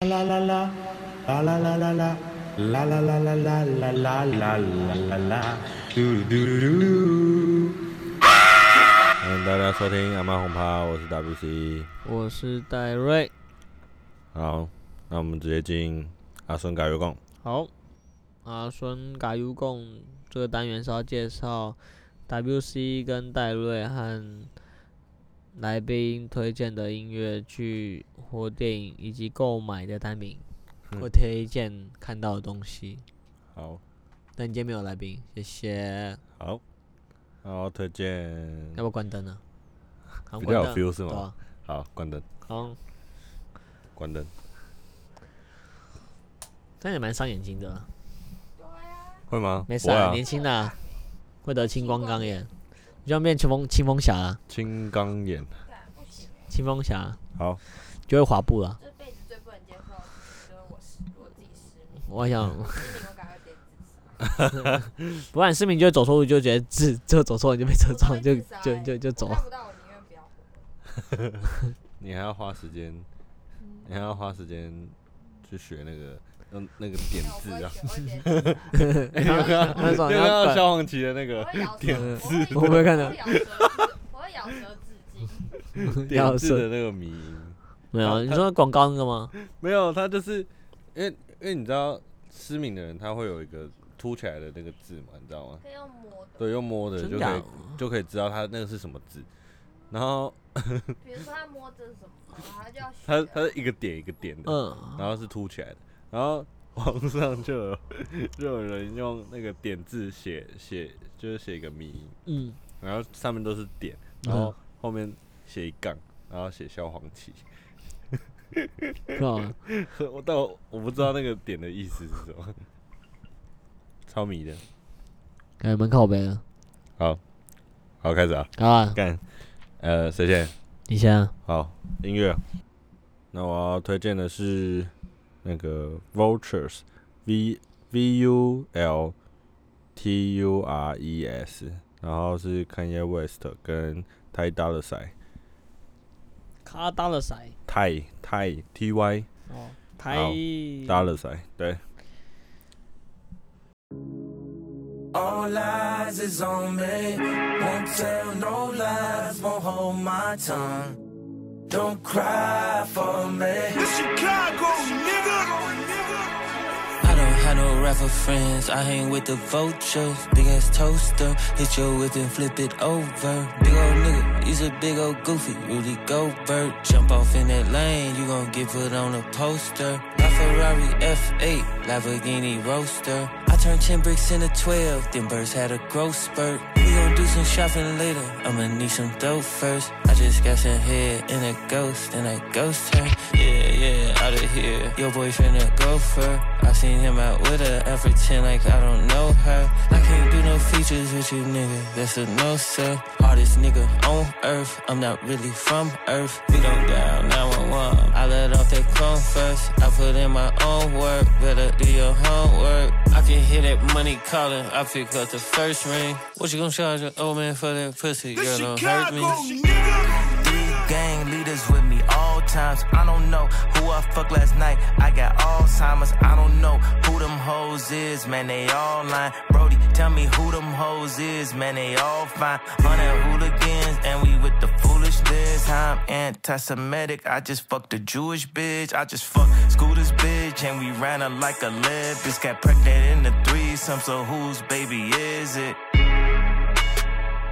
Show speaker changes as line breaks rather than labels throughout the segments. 啦啦啦，啦啦啦啦啦，啦啦啦啦啦啦啦啦啦啦，嘟噜嘟噜噜噜。
欢迎大家收听阿妈红趴，我是 WC。
我是戴瑞。
好，那我们直接进阿孙改月供。
好，阿孙嘎 U 共这个单元是要介绍 WC 跟戴瑞和来宾推荐的音乐剧或电影，以及购买的单品
嗯
或推荐看到的东西。
好，
但今天没有来宾，谢谢。
好，然后推荐
要不要关灯啊？好
嗯比较有
关灯
feel 是
对
吗？
啊
好，关灯，
好，
关灯。
但也蛮伤眼睛的啊。
会吗？
没事、
不会
啊，
啊。
年轻的啊、会得青光钢眼，你就要变青风青风侠了，
青钢眼。
青风侠啊
好，
就会滑步了。
这辈子最不能接受的就是我失我自己失明，
我想，
失明我赶快点自杀。
不然市民就会走错路，就觉得自就走错，你就被 车撞，就
我会自杀
就
欸
就就走
我。看不到我宁愿不要活。
你还要花时间，你还要花时间去学那个用那个点
那我不
字
会
啊。
选，我会点自杀。
哎，你有看到
那种
你有看
要
到
管
消防旗的那
我
个
会咬
点
舌，
字
我
我没看到
我会咬舌自，啊我会咬舌自尽。
点
要
字
是
的那个迷音？
没有，啊你说广告那个吗？
没有，他就是因为因为你知道失明的人他会有一个凸起来的那个字嘛，你知道吗？
可以用摸的，
对，用摸的就
真
可
假
以？就可以知道他那个是什么字。然后
比如说他摸着什么，然后他就要学。
它它是一个点一个点的，
嗯，
然后是凸起来的。然后网上就有就有人用那个点字写写，就是写一个谜音，
嗯，
然后上面都是点，然后后面写一杠，然后写消防旗。
好啊，
我但我我不知道那个点的意思是什么， 超迷的。
感觉蛮靠背的。
好，好开始啊，
好啊，
干，呃，谁先？
你先啊。
好，音乐。那我要推荐的是那个 Vultures V V U L T U R E S，然后是 Kanye West 跟 Ty Dolla Sign，
卡达了塞
Ty Ty T Y
哦，
台
台
Dolla Sign，对，
All eyes is on me. Won't tell no lies, won't hold my tongue. Don't cry for me. I don't have no rapper friends. I hang with the vultures. Big ass toaster. Hit your whip and flip it over. Big old nigga. He's a big old goofy. Rudy Goldberg. Jump off in that lane. You gon' get put on a poster. My Ferrari F8. Lamborghini Roaster. I turned 10 bricks into 12. Then birds had a growth spurt. We gon' do some shopping later. I'ma need some dough first. I just got some head and a ghost. And I ghost her. Yeah, yeah, out of here. Your boyfriend a gopher. I seen him out with her. I pretend like I don't know her. I can't do no features with you, nigga. That's a no, sir. Hardest nigga on earth. I'm not really from earth. We don't dial 911. I let off that chrome first. I put in my own work. Better do your homework. I can hear that money calling. I pick up the first ring. What you gonna charge an old man for that pussy? Girl, don't hurt me. These gang leaders with me all times. I don't know who I fucked last night. I got Alzheimer's. I don't know who them hoes is, man. They all lying. Brody, tell me who them hoes is, man. They all fine. Hundred hooligans, and we with the foolish this. I'm anti-Semitic. I just fucked a Jewish bitch. I just fucked Scooter's bitch, and we ran her like a lead. Bitch got pregnant in the threesome. So whose baby is it?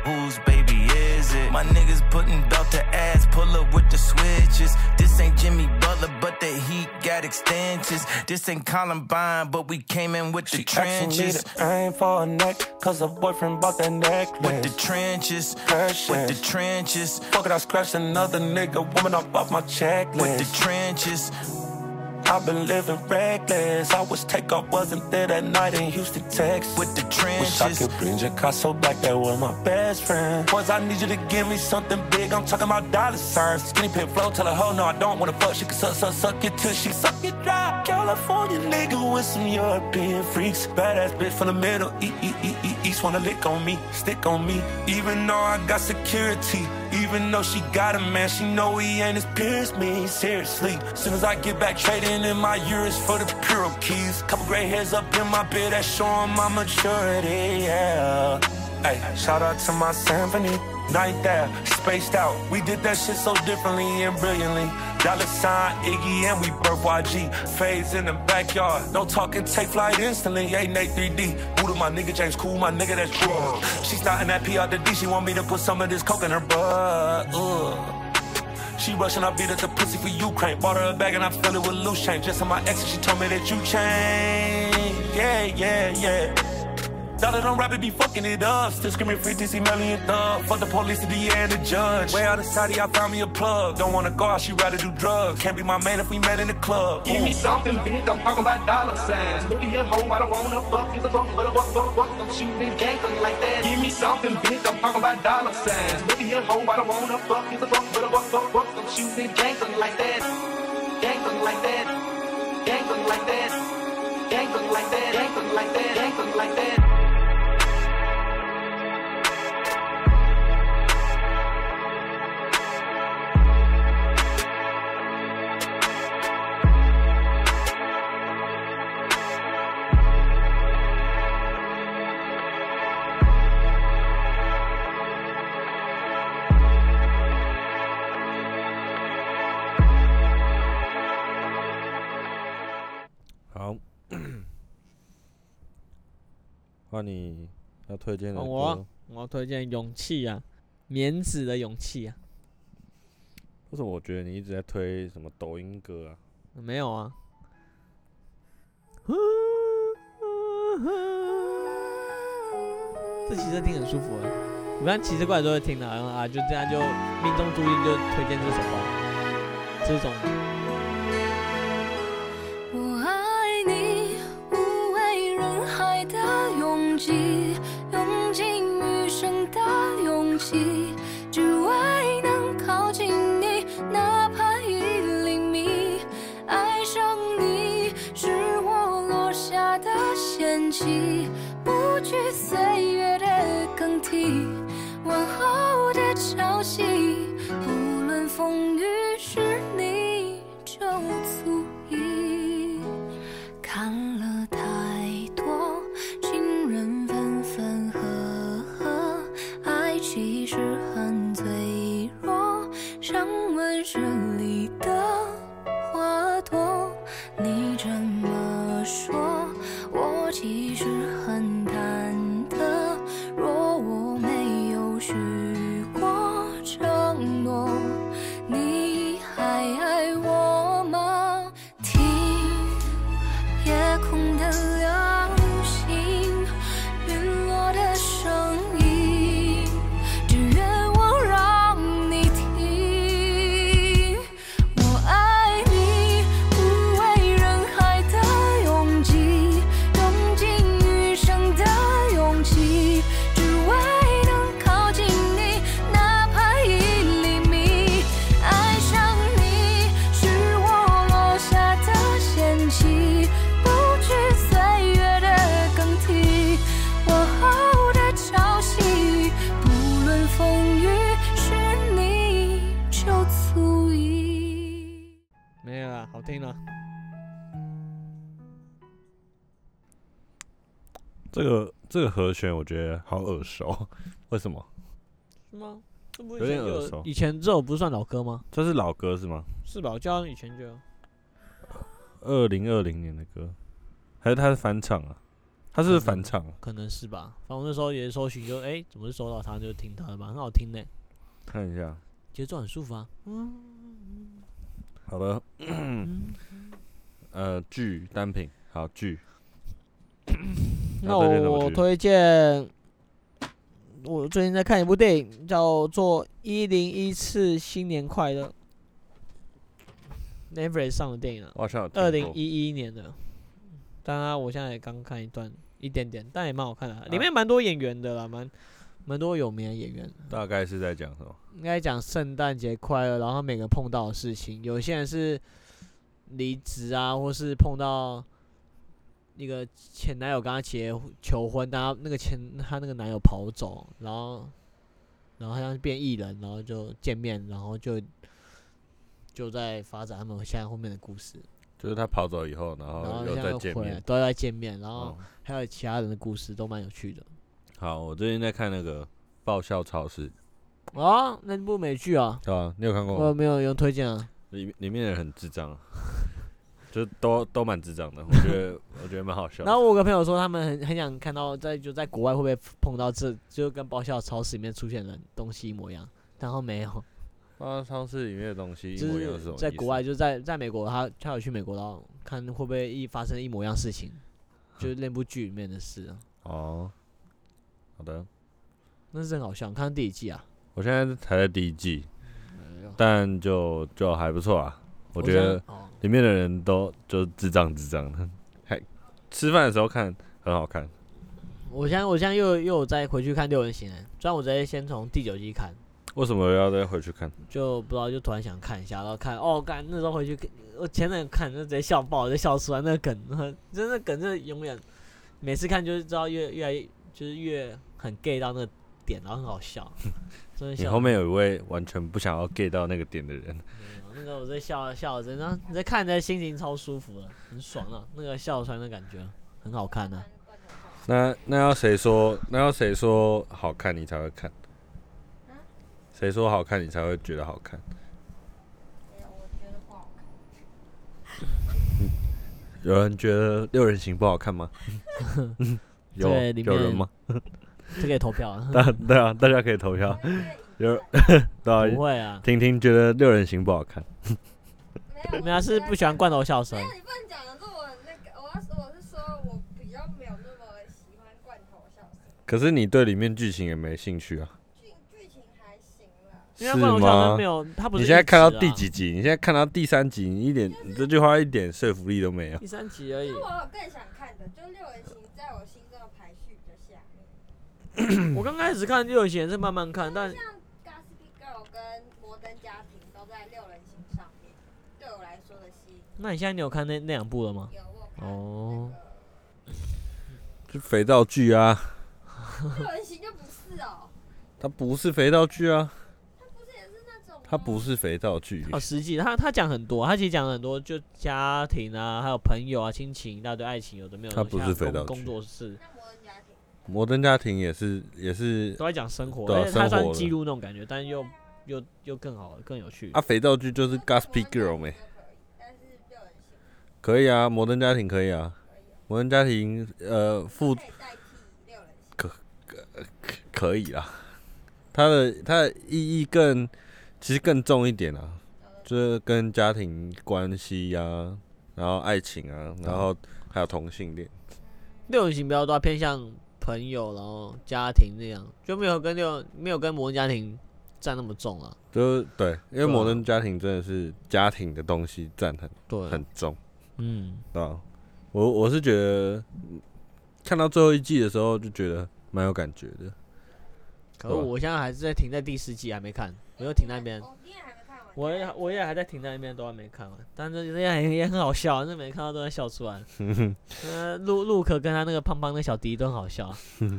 Whose baby is it? My niggas putting belt to ass, pull up with the switches. This ain't Jimmy Butler, but the heat got extensions. This ain't Columbine, but we came in with the trenches.
I ain't for a neck, cause her boyfriend bought that
With the
necklace.
trenches, with the trenches,
Fuck it, I scratched another nigga, woman up off my
with the
checklist.
trenches.
I've been living reckless. I wish takeoff wasn't there that night in Houston, Texas.
With the
Wish I
trenches,
could bring Picasso back that was my best friend. Boys, I need you to give me something big. I'm talking about dollar signs. Skinny pit flow, tell her hoe no, I don't wanna fuck. She can suck, suck, suck it till she suck it dry. California nigga with some European freaks. Badass bitch from the middle, e e e e east wanna lick on me, stick on me. Even though I got security, Even though she got a man, she know he ain't as pure as me. Seriously, soon as I get back trading in my euros for the puro keys. Couple gray hairs up in my beard that show 'em my maturity, yeah. Hey, shout out to my symphony. Night there, spaced out. We did that shit so differently and brilliantly. Dollar sign, Iggy, and we birth YG. Fades in the backyard. No talking, take flight instantly. Hey, Nate 3D. Who to my nigga James Cool, my nigga that's drug. She's not in that PR to D. She want me to put some of this coke in her butt. Ugh. She rushing, I beat up the pussy for Ukraine. Bought her a bag and I filled it with loose change. Just on my exit, she told me that you changed. Yeah, yeah, yeah. Now that I'm rapping, be fucking it up. Still screaming free DC million thug. Fuck the police, the DA, and the judge. Way out of Saudi, I found me a plug. Don't wanna go out, she rather do drugs. Can't be my man if we met in the club.
Give me something big, I'm talking about dollar signs. Look at your hoe, I don't wanna fuck. He's a fuck, but a fuck, fuck, fuck. I'm shooting gangsters like that. Give me something big, I'm talking about dollar signs. Look at your hoe, I don't wanna fuck. He's a fuck, but a fuck, fuck, fuck. I'm shooting gangsters like that. Gangsters like that. Gangsters like that. Gangsters like that. Gangsters like that. Gangsters like that.
好， 换你要推荐的
换我啊
歌，
我要推荐《勇气》啊，棉子的《勇气》啊，
为什么我觉得你一直在推什么抖音歌啊？
没有 啊。这骑车听很舒服哎，你们骑车过来都会听的，然后啊，就这样就命中注定就推荐这首吧，这种
我爱你，无畏人海的拥挤，用尽余生的勇气，只为能靠近你，哪怕一厘米。爱上你是我落下的险棋，不惧岁月的更替，往后的潮汐，无论风雨，是你就足以。看了太多情人分分合合，爱其实很脆弱，像温室里的花朵。你这么说，我其实很忐忑。若我没有许过承诺，你还爱我吗？听。夜空的流星，陨落的声音，只愿我让你听。我爱你，不畏人海的拥挤，用尽余生的勇气，只为能靠近你，哪怕一厘米。爱上你是我落下的险棋，不惧岁月的更替，往后的潮汐，不论风雨，是你就足以。
没有啊，好听了。
这个这个和弦我觉得好耳熟， 为什么？
是吗？这不
有点耳熟
以前这首不是算老歌吗？
这是老歌是吗？
是吧？我记得好像以前就有
二零二零年的歌，还是他是翻唱啊？他是不是翻唱啊？
可能是吧。反正我那时候也是搜寻，就哎、怎么是搜到它就听它的吧，很好听呢、
看一下。
节奏很舒服啊。
好的，呃，剧单品好剧，
那
推荐什么
我
剧
推荐，我最近在看一部电影，叫做《一零一次新年快乐》，Netflix 上的电影啊，
我好像有听
二零
过
一一年的。当然，我现在也刚看一段一点点，但也蛮好看的啊、里面蛮多演员的啦，蛮蛮多有名的演员。
大概是在讲什么？
应该讲圣诞节快乐，然后每个碰到的事情，有些人是离职啊，或是碰到那个前男友跟他结婚求婚，但他那个前他那个男友跑走，然后然后好像变艺人，然后就见面，然后就就在发展他们现在后面的故事，
就是他跑走以后，然
然后
哦后又
现在
再
又
见
回来，
面。嗯
都在见面，然后
哦，
还有其他人的故事都蛮有趣的。
好，我最近在看那个《爆笑超市》，
啊，那部美剧啊，
对啊，你有看过
我
吗？
没有有推荐啊。
里面里面的人很智障啊， 就都都蛮智障的，我觉得我觉得蛮好笑的。
然后我有个朋友说，他们很很想看到在就在国外会不会碰到这就跟爆笑超市里面出现的东西一模一样，然后没 有，
爆笑超市里面的东西一
就
模一样是什么意
是
思？
在国外就在在美国，他他有去美国然后看会不会一发生一模一样事情，就是那部剧里面的事啊，
哦，好的，
那是很好笑。看第几季啊？
我现在还在第一季，
哎
但就就还不错啊，我觉得
想哦，
里面的人都就智障智障的，还吃饭的时候看很好看。
我现在我现在又又有再回去看六人行了，虽然我直接先从第九季看，
为什么要再回去看？
就不知道就突然想看一下，然后看哦，干那时候回去看我前阵看就直接笑爆，就笑出来那个梗，真的梗真的永远每次看就是知道越越来越就是越很 gay 到那个点，然后很 好笑，真的
你
笑。
后面有一位完全不想要 get 到那个点的人，
那个我在笑笑真的，你在看的心情超舒服的，很爽啊，那个笑出来的感觉很好看啊。
那那要谁说？那要谁说好看你才会看？谁说好看你才会觉得好看？有人觉得六人行不好看 吗？有
对里
有人
面
吗？
这可以投票 啊？
大对啊，大家可以投票。有 对啊，
不会啊，
婷婷觉得六人行不好看，
没有啊是不喜欢罐头笑声
没。有，你不能讲的是我那个，我要说我是说我比较没有那么喜欢罐头笑声，
可是你对里面剧情也没兴趣啊，
剧剧情还行啦，
因
是
为罐头笑
吗
声没？有，他不是、啊
你现在看到第？几集？你现在看到第三集，你一点你这句话一点说服力都没有。
第三集而已
因为。我有更想看的，就六人行在我心中的排序比较下面，
我刚开始看就有些是慢慢看，但
像《Gossip Girl》跟《摩登家庭》都在六人行上面，对我来说的吸引
那你现在你有看那那两部了吗？
有我看
哦，
就肥皂剧啊，
那个六人行就不是哦，
它不是肥皂剧啊，
不是也是那种吗
它不是肥皂剧。
哦，实际他他讲很多，他其实讲了很多，就家庭啊，还有朋友啊，亲情一大堆，爱情有的没有的。
他不是
像
肥
工
皂剧
工作
那《
室
摩登家庭》
摩登家庭也是也是
都在讲生活，
对啊
而且他
生
算
活的
记录那种感觉，但又又又更好，更有趣。
啊，肥皂剧就是
《
《Gossip Girl》没？
但是六人行
可以啊，摩登家庭可以啊，摩登家庭呃父
可以代替六人行，
可以啦，它的它的意义更其实更重一点啊，
呃
就是跟家庭关系呀、啊，然后爱情啊，
嗯
然后还有同性恋。
六人行比较多，偏向朋友，然后家庭那样，就没有跟六没有跟摩登家庭占那么重啊。
就是对，因为
对啊
摩登家庭真的是家庭的东西占很
对
很，重，
嗯，
对啊我我是觉得嗯看到最后一季的时候就觉得蛮有感觉的。
可
对
是
啊
我现在还是在停在第四季，还没看，我又停在那边。
哦，你也还没看完。
我也我也还在停在那边，都还没看完，但是那也也很好笑，那每看到都在笑出 来。呃，陆陆可跟他那个胖胖那小迪都很好笑，陆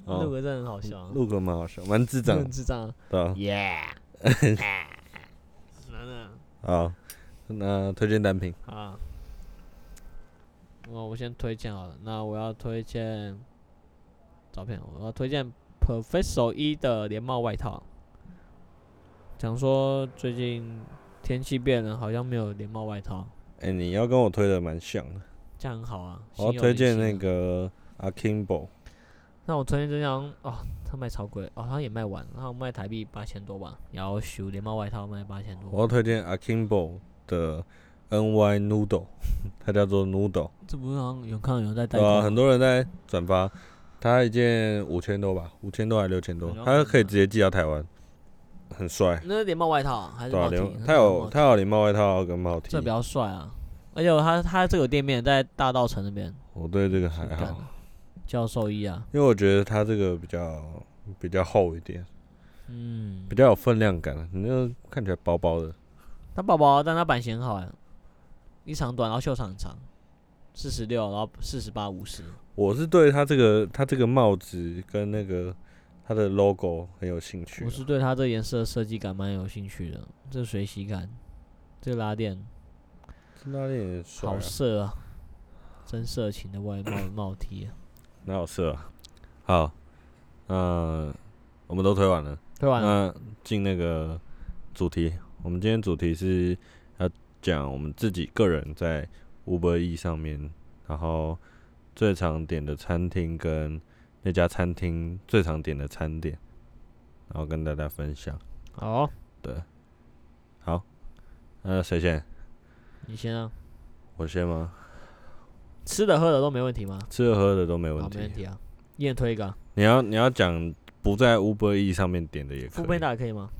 哦，
可真的很好笑，
录个蛮好笑，蛮智障
很，智障。
对啊
啊 Yeah，真的
好，那推荐单品，
啊。我我先推荐好了，那我要推荐照片，我要推荐 Professor 一的连帽外套。讲说最近天气变了，好像没有连帽外套，
哎、你要跟我推的蛮像的，
这样很好啊。
我要
心有
推
灵
荐
犀
那
啊
个 Akimbo，
那我昨天就想，哦，他卖超贵，哦，他也卖完了，他卖台币八千多吧，然后修连帽外套卖八千
我
多，
要推荐 Akimbo 的 NY Noodle，它 叫做 Noodle，
这不是好像有看到有人在带
对
头
啊，
吗，
很多人在转发，它一件五千多吧，五千多还六千多
很，多啊
它可以
粉丝
直接寄到台湾，很帅。
那是连帽外套啊还是
对啊，
帽 T？
连
那
他
是
有
帽 T
他有连帽外套跟帽 T
这比。较帅啊，而且他他这个店面在大道城那边，
我对这个还
干的
好，
教授衣啊，
因为我觉得他这个比较比较厚一点，
嗯
比，较有分量感。你那个看起来薄薄的，
他薄薄，但他版型很好啊，一长短，然后袖长很长，四十六，然后四十八，五十，
我是对他这个他这个帽子跟那个它的 logo 很有兴趣啊、
我是对它这颜色的设计感蛮有兴趣的，这水洗感，这拉链
那也很帅、啊
好，色啊，真色情的外 貌帽 T 啊，
哪有色啊？好，嗯，我们都推完了，
推完了，
那进那个主题，我们今天主题是要讲我们自己个人在 Uber E 上面，然后最常点的餐厅跟那家餐厅最常点的餐点，然后跟大家分享。
好，
对，好，那谁先？
你先啊，
我先吗？
吃的喝的都没问题吗？
吃的喝的都没问
好，没
题
问。题啊，一人推一个啊，
你要你要讲不在 Uber E 上面点的也可
富
以
贝纳可以吗？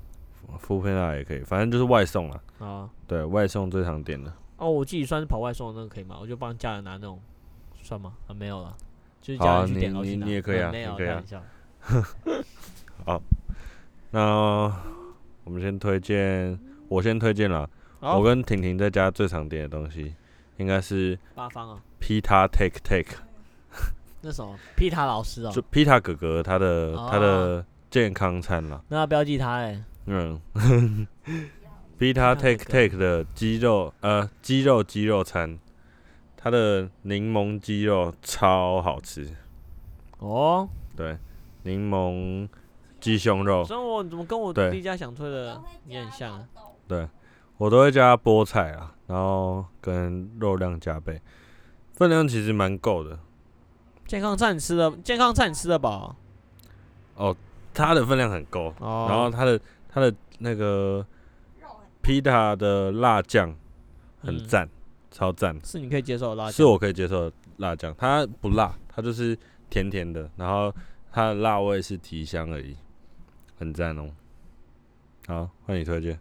f o o 也可以，反正就是外送啦。
好啊，
对外送最常点的，
哦，我自己算是跑外送的那个可以吗？我就帮家人拿那种，算吗？啊，没有了，就是
好
家
啊
人去
你
点，然后去
你
拿
你也可以
嗯
啊
没
你
有，
可以
开
啊
玩笑
那我们先推荐，我先推荐啦。
好
我跟婷婷在家最常点的东西应该是
八方啊，
Pita Take Take，、
那什么皮塔老师哦
就，Pita 哥哥他的、他
哦
的健康餐啦。
那要标记他哎，
嗯 ，Pita
Pita
Take
Take
Take 的鸡肉呃鸡肉鸡肉餐，它的柠檬鸡肉超好吃，
哦，
对，柠檬鸡胸肉，
所以我怎么跟我
哦对
第一家想推
然
的
后会
也很
加
像啊
毛？豆
对，我都会加菠菜啊，然后跟肉量加倍，分量其实蛮够的。
健康餐你吃的，健康餐你吃得饱
它的分量很够，
哦。
然后它的它的那个
肉很
pita 的辣酱很
嗯
赞，超赞，
是你可以接受的辣酱，
是我可以接受的辣酱。它不辣，它就是甜甜的，然后它的辣味是提香而已，很赞哦。好，换你推荐，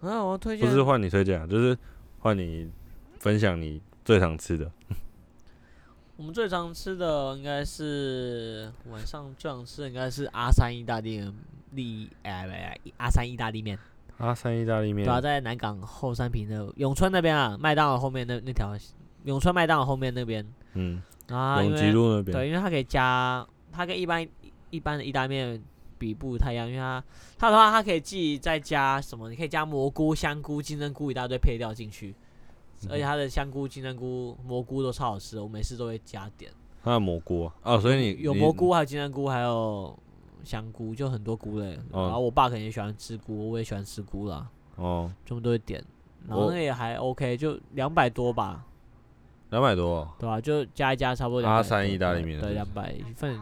啊，我推
不
荐
是换你推荐啊，就是换你分享你最常吃的。
我们最常吃的应该是晚上最常吃的应该是阿三意大利面利哎不阿三意大利面，
阿三意大利面
对啊，在南港后山坪的永春那边啊，麦当劳后面那那条永春麦当劳后面那边，
嗯，
然后它因
永吉
为
路那
对，
边，
因为它可以加，它跟一般一般的意大利面比不太一样，因为它它的话它可以自己再加什么，你可以加蘑菇、香菇、金针菇一大堆配料进去，而且它的香菇、金针菇、蘑菇都超好吃的，我每次都会加点，
它的蘑菇啊哦，所以你
有
你
蘑菇，还有金针菇，还有香菇，就很多菇类。
哦
然后我爸可能也喜欢吃菇，我也喜欢吃菇啦，
哦，
全部都会点，然后
我
那个也还 OK，就两百多吧。
两百多哦，
对吧、就加一加，差不多200
阿三
多
意大利
对
面的
对，
是
两
不
百一份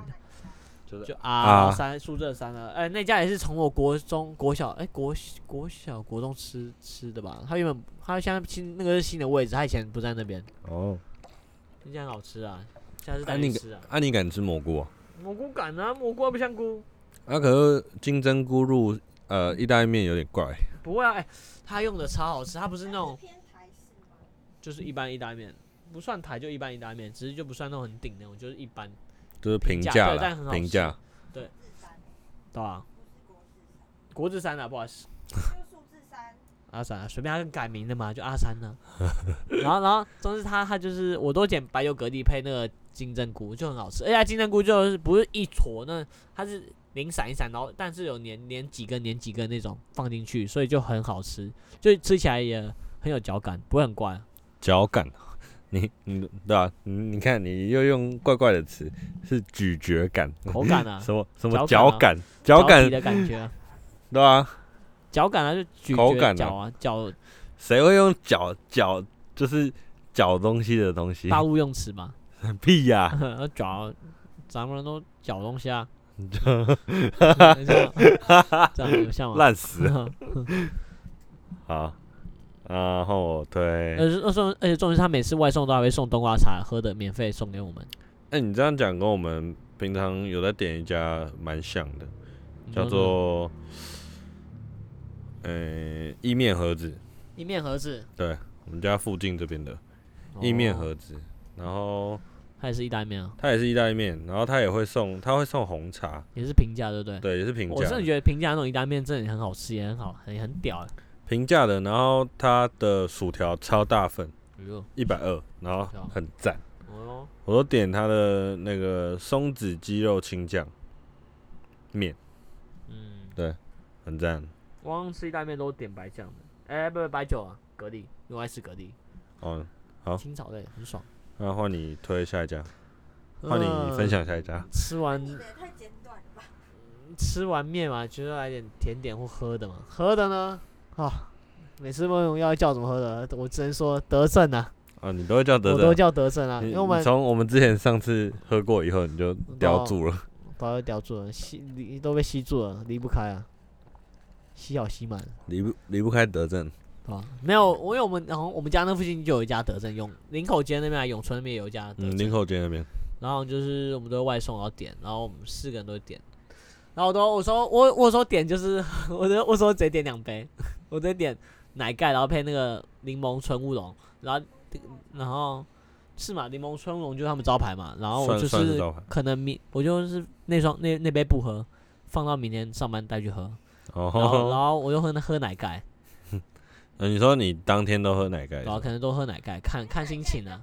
就是
就啊
啊
三宿舍三了，哎、那家也是从我国中、国小，哎、国国小、国中吃吃的吧？他原本他现在新那个是新的位置，他以前不在那边，
哦，
那家很好吃啊，下次
啊
带
那
你
个
吃啊。
啊，你敢吃蘑菇啊？
蘑菇感啊，蘑菇啊不香菇，
啊，可是金针菇入呃意大利面有点怪，
不会啊，哎、他用的超好吃，他不是那种
偏台式吗？
就是一般意大利面，不算台就一般意大利面，只是就不算那种很顶那种，就是一般，
就是
平
平
价
价
对但很
啦，
好
平
吃
价。
对吧、国字三啊，不好意思。
就是数字三，
阿三、啊，随便他改名的嘛，就阿三呢、 然后，然后，总之他他就是我都点白油格力配那个金针菇，就很好吃。而且哎它金针菇就是不是一坨那，它是零散一散，然后但是有连连几根连几根那种放进去，所以就很好吃，就吃起来也很有嚼感，不会很怪。
脚感，你你对啊，你你看你又用怪怪的词，是咀嚼感，
口感啊
什么什么
嚼
嚼
感啊
感， 嚼
嚼
感
皮的感觉、 啊，
对啊，
嚼感啊，就咀
口
嚼
感啊
嚼啊， 嚼
谁会用嚼嚼就是嚼东西的东西？
大陆用词嘛，
屁呀！
嚼，咱们都嚼东西啊， 没错这样有像吗？
烂 死了。 好，然后我推，
而且而且而且重点呃是他每次外送都还会送冬瓜茶喝的，免费送给我们，
哎、你这样讲跟我们平常有在点一家蛮像的，
你
叫
说呢
做，呃、意面盒子，
一面盒子，
对我们家附近这边的意面
哦，
盒子，然后
它也是意大利面啊，
它也是意大利面，然后它也会送，它会送红茶，
也是平价，对不对？
对，也是平
嗯我
价
真的
的，
觉得平价那种意大利面真的也很好吃，也很好，很很屌啊。
平价的，然后它的薯条超大份，
哎呦，
一百二，然后
哦
很赞，
哦，
我都点它的那个松子鸡肉青酱，面，
嗯，
很赞。
我好像吃意大利面都点白酱的，哎、不不白酒啊，蛤蜊，因为我爱吃蛤蜊，
哦，好
清炒类很爽。
那换你推下一家， 换你分享下一家
呃。。吃完
你的也太简短了吧？
吃完面嘛，就是来点甜点或喝的嘛。喝的呢，啊，每次问我要叫什么喝的，我只能说德胜啊，
哦，你都会叫德
我都
德。
叫德胜啊，
你
因为我
你
们嗯哦
从我们之前上次喝过以后，你就叼住了。
把我叼住了，吸离都被吸住了，离不开啊，吸好吸满了，
离不离不开德政。
对吧？没有，因为我们然后我们家那附近就有一家德胜，永林口街那边、啊、永春那边有一家德
嗯，
胜
林口街那边。
然后就是我们都会外送，然后点，然后我们四个人都会点，然后我都我说我我说点就是 我都我说直接点两杯， 我直接点奶盖，然后配那个柠檬纯乌龙，然后然后是嘛，柠檬纯乌龙就是他们招牌嘛，然后我
算
就
算是招牌
可能明我就是那双那那杯不喝，放到明天上班带去喝，然后然
哦，
后我就喝那喝奶盖，
呃你说你当天都喝奶盖
对？吧、可能都喝奶盖，看看心情啊。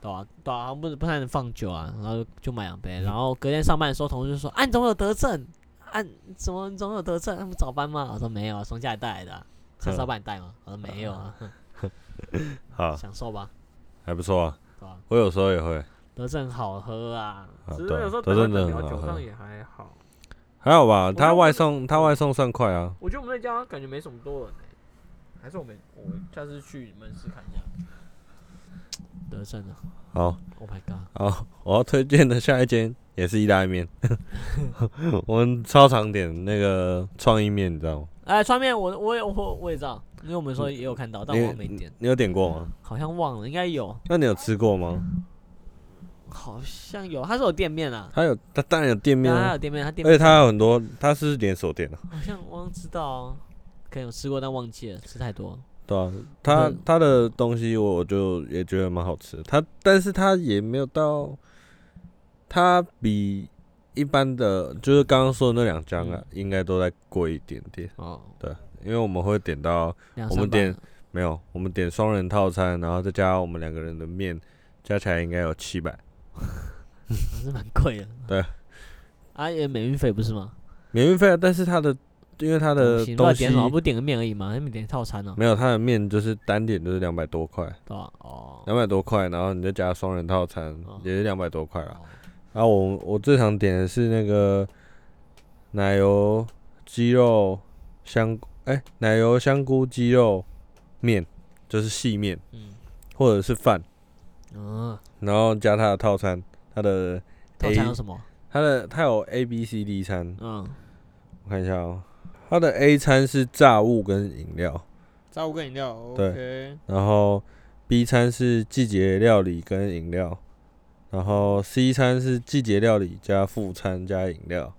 对啊，对啊，不不太能放酒啊，然后就买两
嗯
杯，然后隔天上班的时候，同事就说：“啊，你怎么有得证？啊，你怎么你怎么有得证？那、不早班吗？”我说：“没有啊，从家里带来的、啊。”下次老板带吗？我说：“没有啊，
好，
享受吧，
还不错啊。
对吧、
我有时候也会，
得证好喝啊，
啊
只是
对啊
有时候
德
德
政
政
真的
聊
很
酒
好
上
喝。
也还好。
还好吧，
觉
他
得
外
我
送他外送算快啊。
我觉得我们那家感觉没什么多人、欸，还是我们我下次去你们试看一下。
得证啊
好，
！Oh my god！
好，我要推荐的下一间也是意大利面， 我们超常点那个创意面，你知道吗？
哎，川面我我也我我也知道，因为我们说也有看到，但
嗯你
我没点，嗯
你有点过吗？
好像忘了，应该有，
那你有吃过吗？
好像有，它是有店面啊，
它有，它当然有店面
对啊它
啊
有，店面，它店
而且
面
它有很多，它是连锁店啊，
好像我好像知道、哦，可能有吃过但忘记了，吃太多了。
对啊，它
嗯
它的东西我我就也觉得蛮好吃的，它但是它也没有到，它比一般的就是刚刚说的那两家
嗯
啊，应该都再贵一点点，
哦，
对，因为我们会点到
两
我
三
们
百
点
了
没有，我们点双人套餐，然后再加我们两个人的面，加起来应该有七百。
还是蛮贵的。
对，
啊，也免运费不是吗？
免运费啊，但是它的因为它的
行，不知道
东西
点什么，不点个面而已吗？还没点套餐呢、
没有它的面就是单点就是两百多块，
对吧、哦，
两百多块，然后你再加双人套餐
哦
也是两百多块啊。
哦
然后我我最常点的是那个奶油鸡肉香哎、奶油香菇鸡肉面，就是细面
嗯
或者是饭，
嗯，
然后加它的套餐，它的
套
A-
餐有什么？
它的它有 A B C D 餐，
嗯，
我看一下哦。它的 A 餐是炸物跟饮料，
炸物跟饮料
对
，OK，
然后 B 餐是季节料理跟饮料，然后 C 餐是季节料理加副餐加饮料，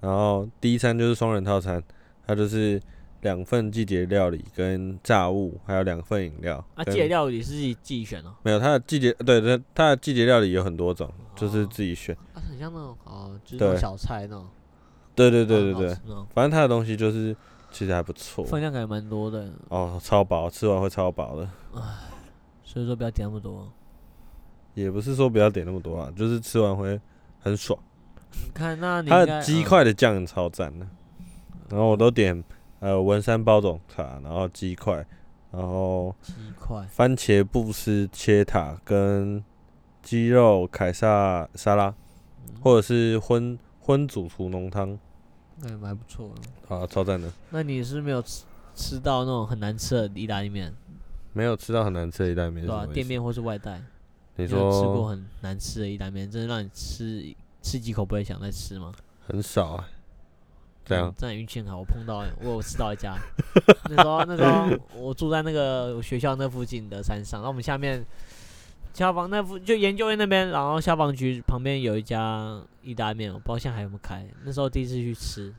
然后 D 餐就是双人套餐，它就是两份季节料理跟炸物，还有两份饮料。
啊，
跟
季节料理是自己自己选哦，
没有它的季节，对对，它的季节料理有很多种，就是
哦
自己选。
啊，很像那种哦，就是那种
对
小菜那种，
对对对
啊
对
很好
对，
吃那种嗯
反正它的东西就是其实还不错。
分量感觉蛮多的，
哦，超饱，吃完会超饱的。
所以说不要点那么多。
也不是说不要点那么多啊，就是吃完会很爽。
你看，那你
它
应
的
该
鸡
嗯
块的酱超赞的，然后我都点呃文山包种茶，然后鸡块，然后
鸡块，
番茄布斯切塔跟鸡肉凯撒沙拉，
嗯
或者是荤荤煮厨浓汤
那也蛮不错的。
啊，超赞的。
那你是没有吃吃到那种很难吃的意大利面，
没有吃到很难吃的意大利面，
对吧、啊店，面或是外带？
你
你有吃过
说
很难吃的意大利面，真的让你吃吃几口不会想再吃吗？
很少啊？怎样
嗯？真的运气很好，我碰到我有吃到一家， 那时候那时 候我住在那个我学校那附近的山上，然后我们下面消防那附就研究院那边，然后消防局旁边有一家意大利面，我不知道现在还有没有开。那时候第一次去吃，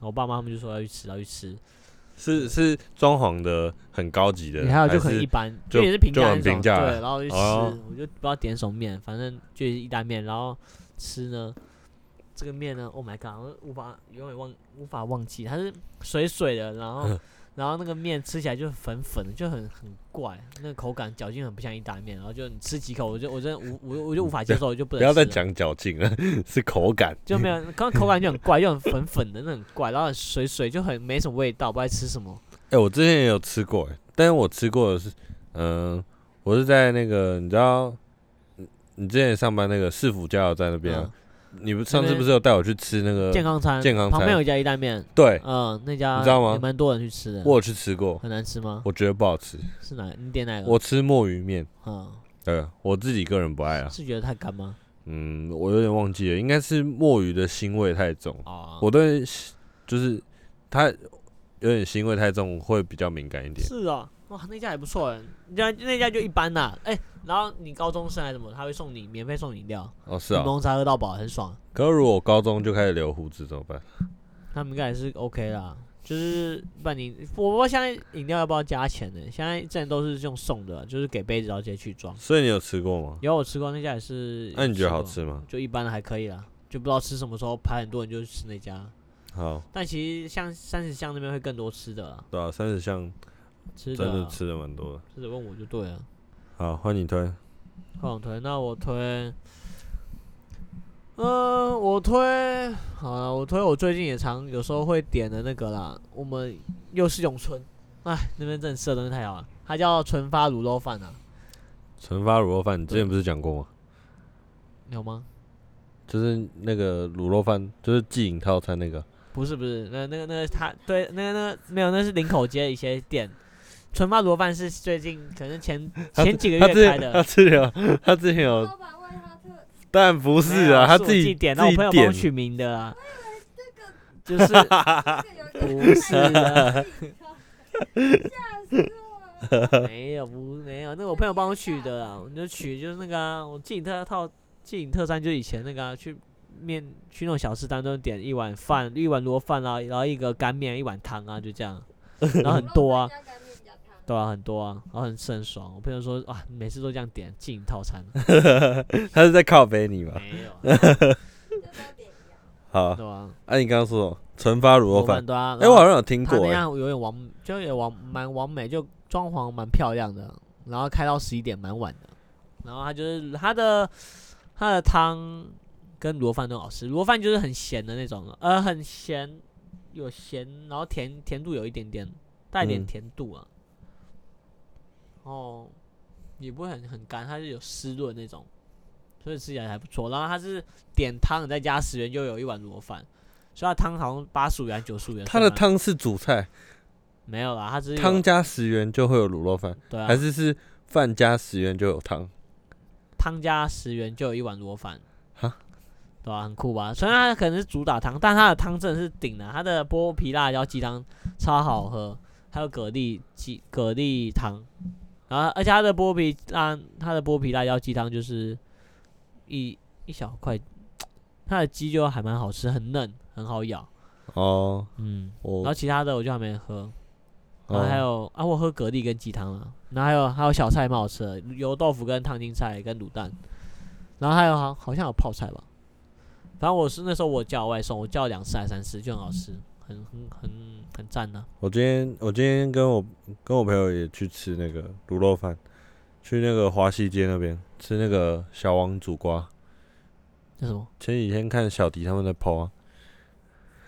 我爸妈他们就说要去吃，要去吃，
是是装潢的很高级的，
你还有就
还
很
是
一般，
就
也是平
就
价
很
那种
平价
对，然后就吃，
哦
我就不知道点什么面，反正就是意大利面，然后吃呢，这个面呢，Oh
嗯
my god，我无法永远忘无法忘记，它是水水的，然后然后那个面吃起来就粉粉的，就很很怪，那个口感嚼劲很不像意大利面，然后就你吃几口，我就我真的无我我就无法接受，我就不
不
能
要再
吃了
讲嚼劲了， 是口感。
就没有，刚刚口感就很怪，就很粉粉的，那很怪，然后很水水，就很没什么味道，不知道在吃什么。
哎、我之前也有吃过、欸，但是我吃过的是，嗯、我是在那个你知道，你你之前上班那个市府加油站那边、啊，你不上次
嗯边
不是有带我去吃那个
健？康餐，
呃健康
旁边
餐
有一家意大利面，
对，
嗯，那家
你知道吗
也蛮多人去吃的，
我有去吃过，
很难吃吗？
我觉得不好吃。
是哪？你点哪个？
我吃墨鱼面，
嗯，
对我自己个人不爱啊。
是觉得太干吗？
嗯，我有点忘记了，应该是墨鱼的腥味太重。
啊，
我对腥就是它有点腥味太重，会比较敏感一点。
是啊，哇，那家也不错哎，那家那家就一般啦。哎，然后你高中生还是什么，他会送你免费送你饮料，
哦，是
柠
啊。
檬茶喝到饱，很爽。
可是如果我高中就开始留胡子怎么办？
他们应该也是 OK 啦。就是半年，我不知道现在饮料要不要加钱呢、现在之前都是用送的，就是给杯子然后直接去装。
所以你有吃过吗？
有我吃过那家也是，
那、你觉得好？吃吗？
就一般的还可以啦，就不知道吃什么时候排很多人就去吃那家。
好，
但其实像三十巷那边会更多吃的啦，
对啊，三十项
吃
真
的
的
啊
吃的蛮多的。
吃的问我就对了。
好，换你推。
换我推，那我推，嗯、哦我推，好了，我推我最近也常有时候会点的那个啦，我们又是永春，哎，那边真的吃的东西太好了，它叫纯发卤肉饭啊，
纯发卤肉饭，你之前不是讲过吗？
有吗？
就是那个卤肉饭，就是季影套餐那个。
不是不是，那那个那个它对那个那个没有，那是林口街的一些店。纯发卤肉饭是最近可能前
他
前几个
他
月
之
开
前他
的，
之前有他之前有，
老板为他特
但不
没
是
有
啊，他
哎我
自己
点，
自
然后我
己
朋友帮我
点
取名 的啊，就是
这个有一
不是啊。
个技巧， 吓死我了！
没有不没有，那我朋友帮我取的啊啦，我就取就是那个啊，我记影特套记影特餐就以前那个啊，去面去那种小吃摊都点一碗饭，一碗螺饭啦、然后一个干面，一碗汤啊，就 这样，然后很多啊，
加干面加汤，
对啊，很多啊，然后很吃很爽。我朋友说啊，每次都这样点记影套 餐，
他是在靠背你吧？
没有，
就都点一样。
好，
对啊，
啊，你刚刚说什么纯发卤肉
螺
饭
饭，对啊，
哎、
然
我
后
好像有听
他
过、欸，
那样有点完，就也完蛮完美，就装潢蛮漂亮的，然后开到十一点蛮晚的。然后他就是他的他的汤跟螺饭都好吃，螺饭就是很咸的那种，呃，很咸，有咸，然后甜甜度有一点点，带点
嗯
甜度啊。哦，也不会很很干，它是有湿润那种，所以吃起来还不错。然后它是点汤，再加十元就有一碗螺饭，所以它汤好像八十五元九十五元。
他的汤是主菜，
没有啦，它只是有
汤加十元就会有卤肉饭，
对啊，
还是是饭加十元就有汤？
汤加十元就有一碗螺饭，
哈
对啊，很酷吧？虽然它可能是主打汤，但它的汤真的是顶的、啊它的剥皮辣椒鸡汤超好喝，还有蛤蜊鸡蛤蜊汤，然后而且它的剥皮辣它的剥皮辣椒鸡汤就是一一小块，它的鸡就还蛮好吃，很嫩，很好咬，
哦，
嗯，然后
我
其他的我就还没喝，然
哦
后还有啊，我喝蛤蜊跟鸡汤啊，然后还有还有小菜蛮好吃的，油豆腐跟烫青菜跟卤蛋，然后还有好好像有泡菜吧，反正我是那时候我叫外送，我叫两次还三次就很好吃，很很很很赞呢、
我今天我今天跟我跟我朋友也去吃那个卤肉饭，去那个华西街那边吃那个小王煮瓜。
那什么，
前几天看小迪他们在抛啊，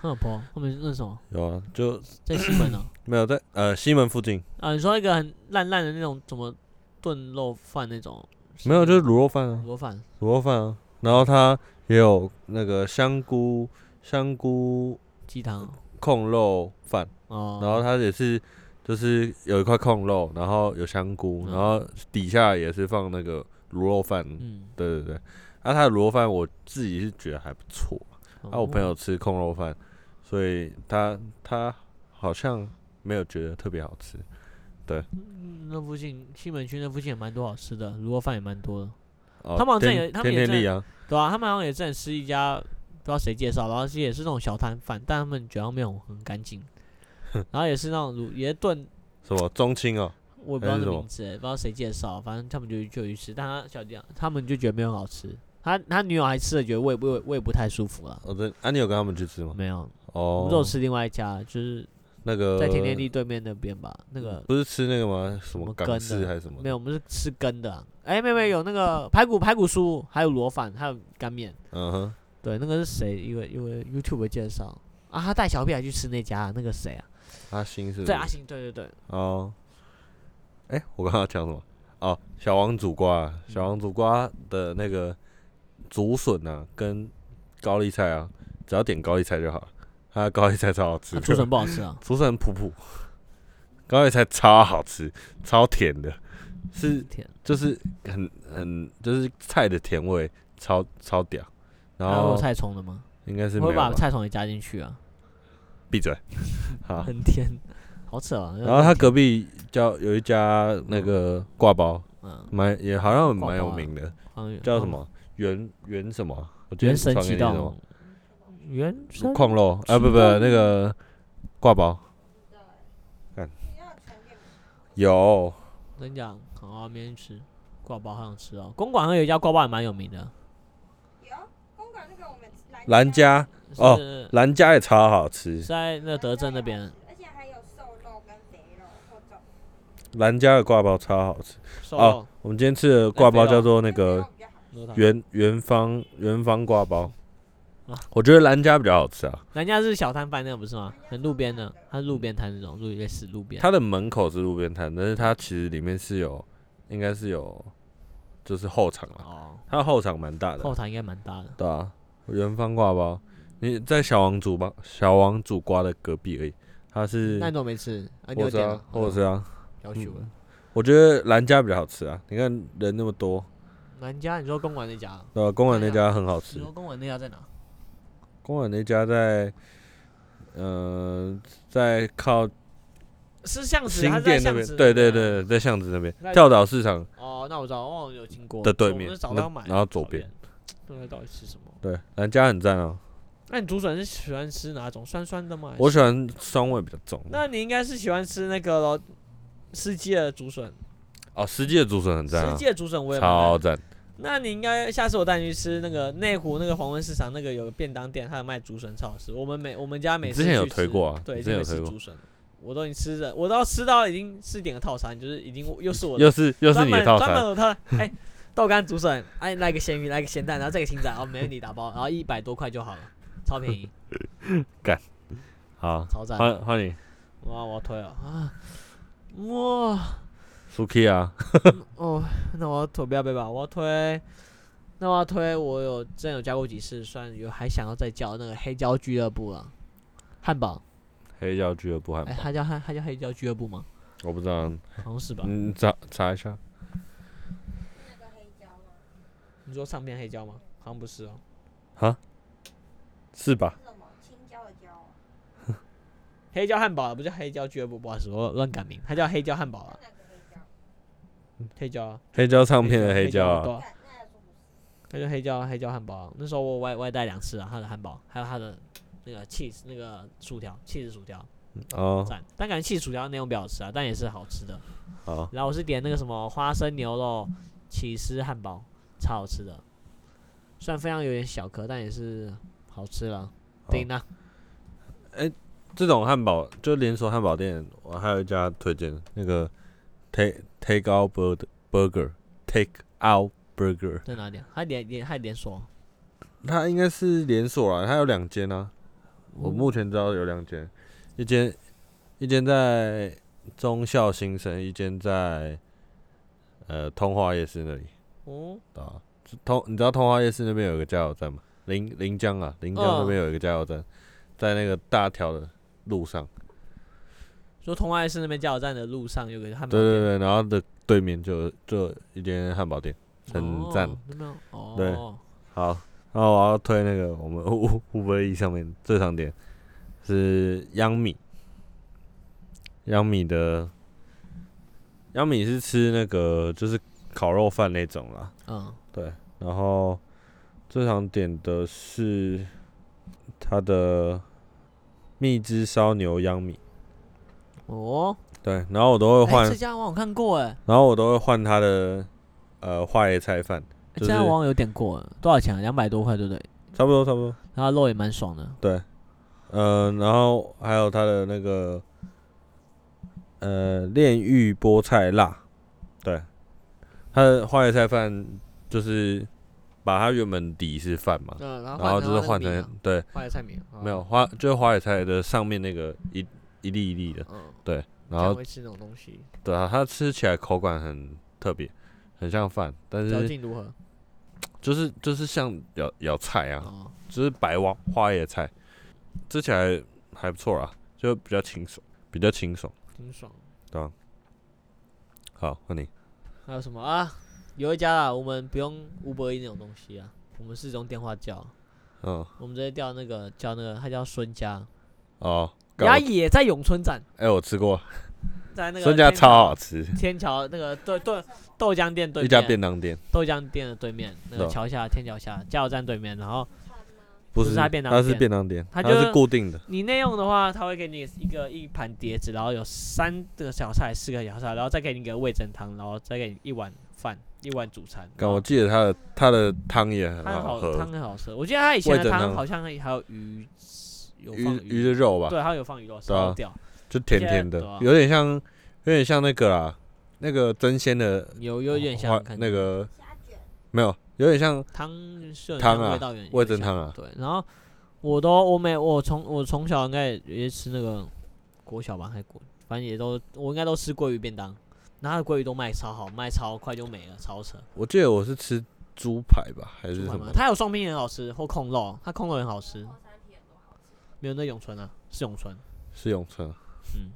那有泡，后面那什么，
有啊，就
在西 门啊，
没有在呃西门附近，
啊，你说一个很烂烂的那种怎么炖肉饭那种，
没有就是卤肉饭啊
卤，肉饭，
卤肉饭啊。然后它也有那个香菇香菇
鸡汤啊
控肉饭，
哦，
然后它也是就是有一块控肉，然后有香菇，
嗯
然后底下也是放那个卤肉饭，
嗯，
对对对。那它的卤肉饭我自己是觉得还不错，啊，我朋
哦
友吃控肉饭，所以他他好像没有觉得特别好吃。
嗯那附近西门区那附近也蛮多好吃的，卤肉饭也蛮多的。
哦
他们好像
天
也他们
天
也
天利啊，
对啊，他们好像也之前吃一家不知道谁介绍，然后其实也是那种小摊贩，但他们觉得没有很干净，然后也是那种卤也是炖，
什么中青哦，
我也不知
还
道
是
那
什么
名字欸，不知道谁介绍，反正他们就就去吃，但他小弟啊他们就觉得没有很好吃，他他女友还吃了，觉得胃胃胃不太舒服了，
哦我真啊，你有跟他们去吃吗？
没有，我
哦
们，都有吃另外一家，就是
那个
在甜天地对面那边吧，
呃
那个
不是吃那个吗？什
什
么
么
港
羹
式
的
还是什么？
没有，我们是吃羹的、啊。哎、没有没有，有那个排骨排骨酥，还有螺饭，还有干面。
嗯哼，
对，那个是谁？一个一个 YouTube 介绍啊，他带小屁孩去吃那家，那个谁啊？
阿星是不是
对，阿星，对对对，
哦，哎、我刚刚讲什么？哦，小王煮瓜，
嗯
小王煮瓜的那个竹笋啊，跟高丽菜啊，只要点高丽菜就好了。它的高丽菜超好吃
那
的，，
竹笋不好吃啊
竹笋普普，高丽菜超好吃，超甜的，是
天，
就是很很就是菜的甜味超超屌。然
还有
后
菜虫的吗？
应哦该是
我
没有
会把
吧
菜虫也加进去啊，
闭嘴， 好。
很甜，好扯啊。
啊然后他隔壁叫有一家那个挂包，
嗯，
蛮也好像
挂
蛮
包
有
啊
名的，
好像有
叫什？
嗯
么原原什么？我今天
原神
传给
启
你什
动
么，
原神
矿肉啊，不不，那个挂包有
真讲，好、啊，明天去吃挂包，好想吃哦。公馆有一家挂包也蛮有名的，
兰 家，哦
是
兰家也超好吃，
在那德政那边，
而且还有瘦肉跟肥肉各种，
兰家的挂包超好吃。
瘦
哦
肉
我们今天吃的挂包
肥肉
叫做那
肥
个
肉比较好吃
牛腩，
圆圆方圆方挂包
啊，
我觉得兰家比较好吃啊。
人家是小摊贩那个不是吗？很路边的，它是路边摊那种，路类似路边。
它的门口是路边摊，但是它其实里面是有，应该是有，就是后场啊，
哦，
它的后场蛮大的啊，
后台应该蛮大的。
对啊，圆方挂包，你在小王煮吧，小王煮瓜的隔壁而已，它是
那你都没吃，啊，你
或
有嗯
是
点
啊，或是啊，
要求了。
我觉得兰家比较好吃啊，你看人那么多，
南家，你说公馆那家，
对吧、公馆那
对啊
家很好
你
吃
说，公馆那家在哪？
公馆那家在，嗯、在靠
是巷子，啊
新
它是在
店那
巷
边
子，
对对
边啊。
对，在巷子那边
那
跳蚤市场
哦，那我知道，哦，有经过
的对
我们
面
是早
那
上买的，
然后左
讨
边
厌，不知道到底吃什么。
对，兰家很赞啊。
那你竹笋是喜欢吃哪种酸酸的吗？还
我
是
喜欢酸味比较重的。
哎那你应该是喜欢吃那个咯，四季的竹笋，
哦，实际的竹笋很赞、
四
啊
季，的竹笋我也蛮爱
超
的。
赞。
那你应该下次我带你去吃那个内湖那个黄昏市场那个有个便当店，它有卖竹笋，超好吃。我们每我们家每
你之
次
前
去
有推
吃
过啊
对，
你
已
之前有
经吃
推过
竹笋了，我都已经吃着，我都吃到已经是点个套餐，就是已经又是我的
又是又是
专
你
门
的套
专门
餐，
有套餐，哎，豆干竹笋，哎，来个咸鱼，来个咸蛋，然后这个青菜，哦，没问题，打包，然后一百多块就好了，超便宜，
好，
超赞。
欢欢迎
哇，我要推了啊！哇，
Suki 啊，
哦，那我要推不要背吧，我要推，那我要推，我有之前有加过几次，算有还想要再叫那个黑胶俱乐部啊，汉堡，
黑胶俱乐部汉堡
哎、，它叫汉，它叫黑胶俱乐部吗？
我不知道，
好像是吧？
你查查一下。
那个黑椒吗？
你说唱片黑胶吗？好像不是哦，
是吧？
是什么？青椒的椒啊？
黑胶汉堡啊不叫黑胶俱乐部，不好意思，我乱改名，它叫黑胶汉堡啊，
那个黑椒？
黑胶啊，
黑胶唱片的
黑
黑胶
对
啊，
啊，
干那要说不是
它叫黑胶黑胶汉堡啊、那时候我外外带两次啊，它的汉堡，还有它的那个 cheese 那个薯条，cheese 薯条。
哦，
赞，但感觉气薯条内容比较好吃啊，但也是好吃的。
好，
然后我是点那个什么花生牛肉起司汉堡，超好吃的，虽然非常有点小颗，但也是好吃了，
好
顶啊！
这种汉堡就连锁汉堡店，我还有一家推荐，那个 Take Take Out Burger Burger Take Out Burger，
在哪里啊？还连连还连锁？
它应该是连锁啦，它有两间啊。我
嗯
目前知道有两间，一间一间在忠孝新生，一间在呃通化夜市那里
哦，
啊。就通你知道通化夜市那边有个加油站吗？临临江啊，临江那边有一个加油站，在那个大条的路上，
说同爱市那边加油站的路上有个哦汉堡
对对
店，
对，然后的对面就有就有一间汉堡店，很赞。
哦，有没有？哦，
对好，然后我要推那个我们 u b e 上面最常点是央米，央米的央米是吃那个就是烤肉饭那种啦，
嗯，
对，然后最常点的是它的蜜汁烧牛央米，
哦，
对，然后我都会
哎，
换，
这家网友看过哎，
然后我都会换它的呃花椰菜饭，就
这
是
家网友有点过哎，多少钱啊？两百多块对不对？
差不多差不多。呃
然后肉也蛮爽的，
对，嗯、然后还有它的那个呃炼狱菠菜辣，对，它的花椰菜饭就是把它原本底是饭嘛，
嗯，然
然后就是换
换成
成对，
花椰菜米，啊哦
没有花就是花椰菜的上面那个一一粒一粒的，
嗯，
然后
会吃那种东西，
对啊，它吃起来口感很特别，很像饭，但
嚼
是
劲如何？
就是就是像咬咬菜啊，
哦，
就是白花花椰菜，吃起来还不错啊，就比较清爽，比较清爽。
挺爽。
好，换你。
还有什么啊？有一家啦，我们不用 Uber E 那种东西啊，我们是用电话叫，
嗯，
我们直接叫那个叫那个，他叫孙家，
哦，干
他
我
也在永春站，
哎、我吃过，
在那个
孙家
天
超
桥
好吃，
天桥那个对对豆浆店对
一家
面，
便当店，嗯
豆浆店的对面，那个
是吧
桥下天桥下加油站对面，然后
不
是
是
它便当
它是
店
便当店，
它
它
就是
固定的。
你内用的话，他会给你一个一盘碟子，然后有三个小菜、四个小菜，然后再给你一个味噌汤，然后再给你一碗饭、一碗主餐。
刚我记得它的它的汤也很
汤好，
喝
汤，很好吃。我记得他以前
味噌
的汤
汤
好像还有鱼，有
鱼
放
鱼的肉吧，
对，还有放鱼肉，
对啊
烧掉。
就甜甜
对啊
的，有点像有点像那个啦，那个真鲜的
有有点
花
像看
那个
虾卷，
没有，有点像
汤是有
哦汤
像
啊
味道有点
味
有点
噌
像
汤啊
对，然后我都我每我从我从小应该也也吃那个国小吧，还国，反正也都我应该都吃鲑鱼便当，然后它的鲑鱼都卖超好，卖超快就没了，超扯。
我记得我是吃猪排吧还是
猪排
什
吗
么？
它有双拼也很好吃，或控肉，啊它控肉也很好吃。没有那永春啊，是永春。
是永春啊，
嗯，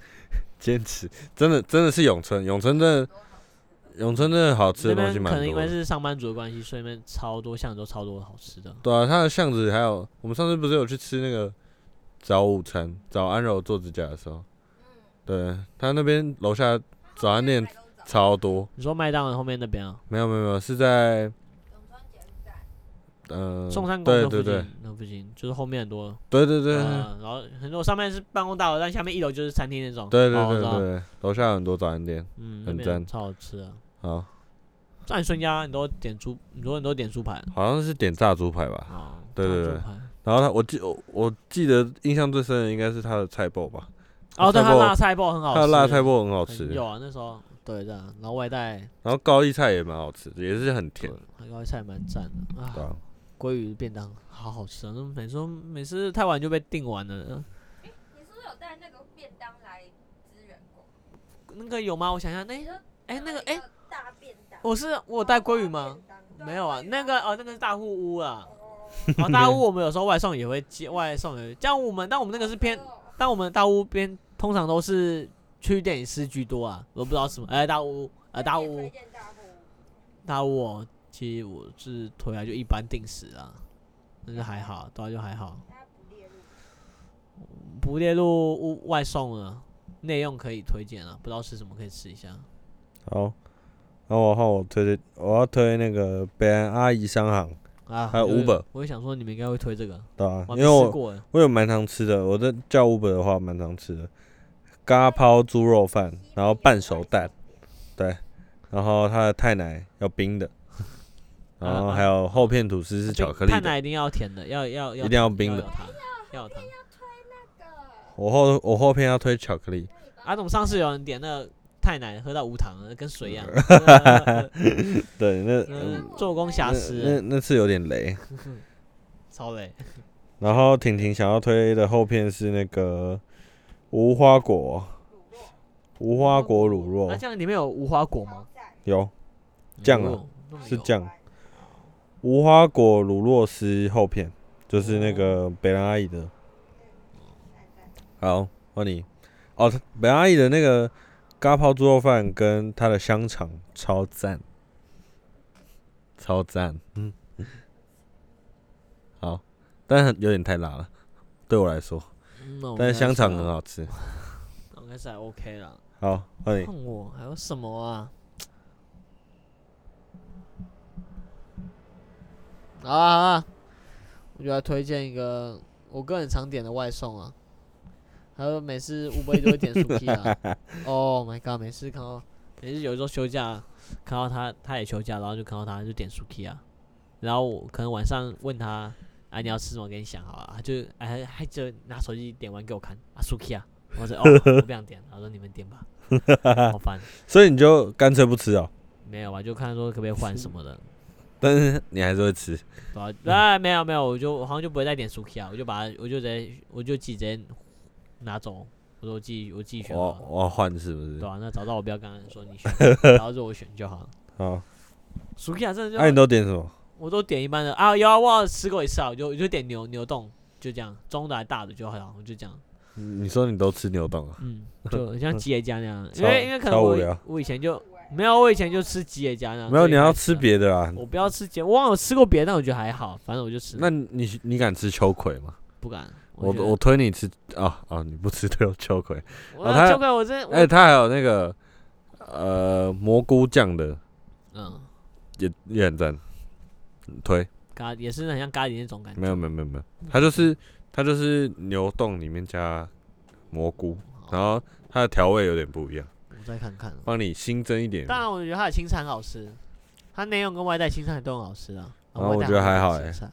坚持真的真的是永春，永春真的永春真的好吃
那
的东
边
西
可
蛮
能因
多
为
的。
是上班族的关系，所以那边超多巷子都超多好吃的。
对啊，它的巷子还有我们上次不是有去吃那个早午餐，早安柔做指甲的时候，对他那边楼下早餐店超多，
你说麦当劳后面那边啊，
没有没有没有是在呃
松山宫
对
那附
对对
近，那附近就是后面很多，
对对对
呃，然后很多上面是办公大楼，但下面一楼就是餐厅那种。
对对
哦我
对
知道
对对，楼下有很多早餐店，
嗯，那
很
边
赞
超好吃啊。
好，
像你孙家，你都点猪，你说你都点猪排
好像是点炸猪排吧，
啊？
对对
炸猪
对
排
然后他我记我我记得印象最深的应该是他的菜包吧，
哦，对，
菜
它
包
辣菜包很好吃，
他的辣菜包很好
很
吃，
有啊，那时候对的，然后外带
然后高丽菜也蛮好吃的，也是很甜
对，那个菜蛮赞的
对
啊！
啊
鲑鱼便当好好吃啊！那每次都每次太晚就被订完了。呃
你是不是有带那个便当来支援过？
那个有吗？我想想，那
说
哎那个
拿一
哎，
大便当，
我是我有带鲑鱼吗？
大便当？
没有啊，那个哦，那个是大户屋啊。
哦
哦，大户屋我们有时候外送也会接外送也会，像我们但我们那个是偏，
哦
但我们大户屋边通常都是去电影室居多啊。我不知道什么，哎，大户屋啊，大户
那你也推
屋
荐大户，
大户哦，其实我是推啊，就一般定时啊，但是还好，对啊，就还好。
它不列入。
不列入屋外送了，内用可以推荐啊，不知道吃什么可以吃一下。
好，那我换我推推，我要推那个北安阿姨商行，
啊，
还有
我
Uber
我也想说你们应该会推这个，
对啊，
我还
因为
没吃
我
过欸耶。
我有蛮常吃的，我的叫 Uber 的话蛮常吃的，嘎抛猪肉饭，嗯然后半熟蛋，对，然后它的太奶要冰 的，
啊
然后还有厚片吐司是巧克力
太
的，
奶一定要甜的，要要要
一定要冰的
要有。糖，要有糖。
我后我后片要推巧克力，
阿总上次有人点那个太奶喝到无糖了，跟水一样，
对，那
嗯，做工瑕
那
疵，
那次有点雷。
超累。
然后婷婷想要推的后片是那个无花
哦
果，无花果乳
那
酪
这样里面有无花果吗？
有酱啊
哦，那么
是
有
酱，无花果乳酪丝后片，就是那个
哦
北兰阿姨的。好，换你。哦，她北兰阿姨的那个嘎泡猪肉饭跟她的香肠超赞，超赞。 嗯，好，但很有点太辣了，对我来说，
嗯那我
但
应
是
该
香肠
是
很，好吃。
那我应该是还 OK 啦。
好，换你。
看我还有什么啊？好啊好啊，我就来推荐一个我个人常点的外送啊，还有每次五杯都会点薯片啊。oh my god，每次看到，每次有时候休假看到他，他也休假，然后就看到他就点薯片啊，然后我可能晚上问他，哎、你要吃什么？给你想好了，他就哎还就拿手机点完给我看啊，薯片啊，我说哦，我不想点，然后说你们点吧，好烦。
所以你就干脆不吃哦，
没有吧，啊就看说可不可以换什 么的。
但是你还是会吃。
对啊，哎，没有没有，我就我好像就不会再点 Suki 啊，我就把它，我就直接我就自己直接拿走，我说我自己我自己选好
我
了，
我要换是不是
哦对？啊，那找到我不要跟他说 你选，然后就我选就好了。
好，
Suki 啊，真的就、
那、哎你都点什么？
我都点一般的啊，有啊，我好像吃过一次啊，我就我就点牛牛冻，就这样，中的还大的就好了，我就这样，
你说你都吃牛冻啊？
嗯，就很像吉野家那 样，因
超
为因为可能
超无
我以
聊
我以前就没有，我以前就吃吉野家那样，
没有，
最
你
一
要
开始
吃
啊，
别的啊。
我不要吃吉，我忘了我吃过别的，但我觉得还好，反正我就吃，
那你你敢吃秋葵吗？
不敢，
我
觉得
我推你吃啊啊！你不吃 秋秋葵，
我
哦他
秋葵我真的
哎、它还有那个呃蘑菇酱的，
嗯，
也也很赞。推
咖也是很像咖喱那种感觉。
没有没有没有没有，它就是它就是牛冻里面加蘑菇，
哦
然后它的调味有点不一样，
我再看看。
帮你新增一点。
当然，我觉得它的青菜很好吃，它内用跟外带青菜都很好吃啊。
然后
外带
我觉得还好欸
像没有青菜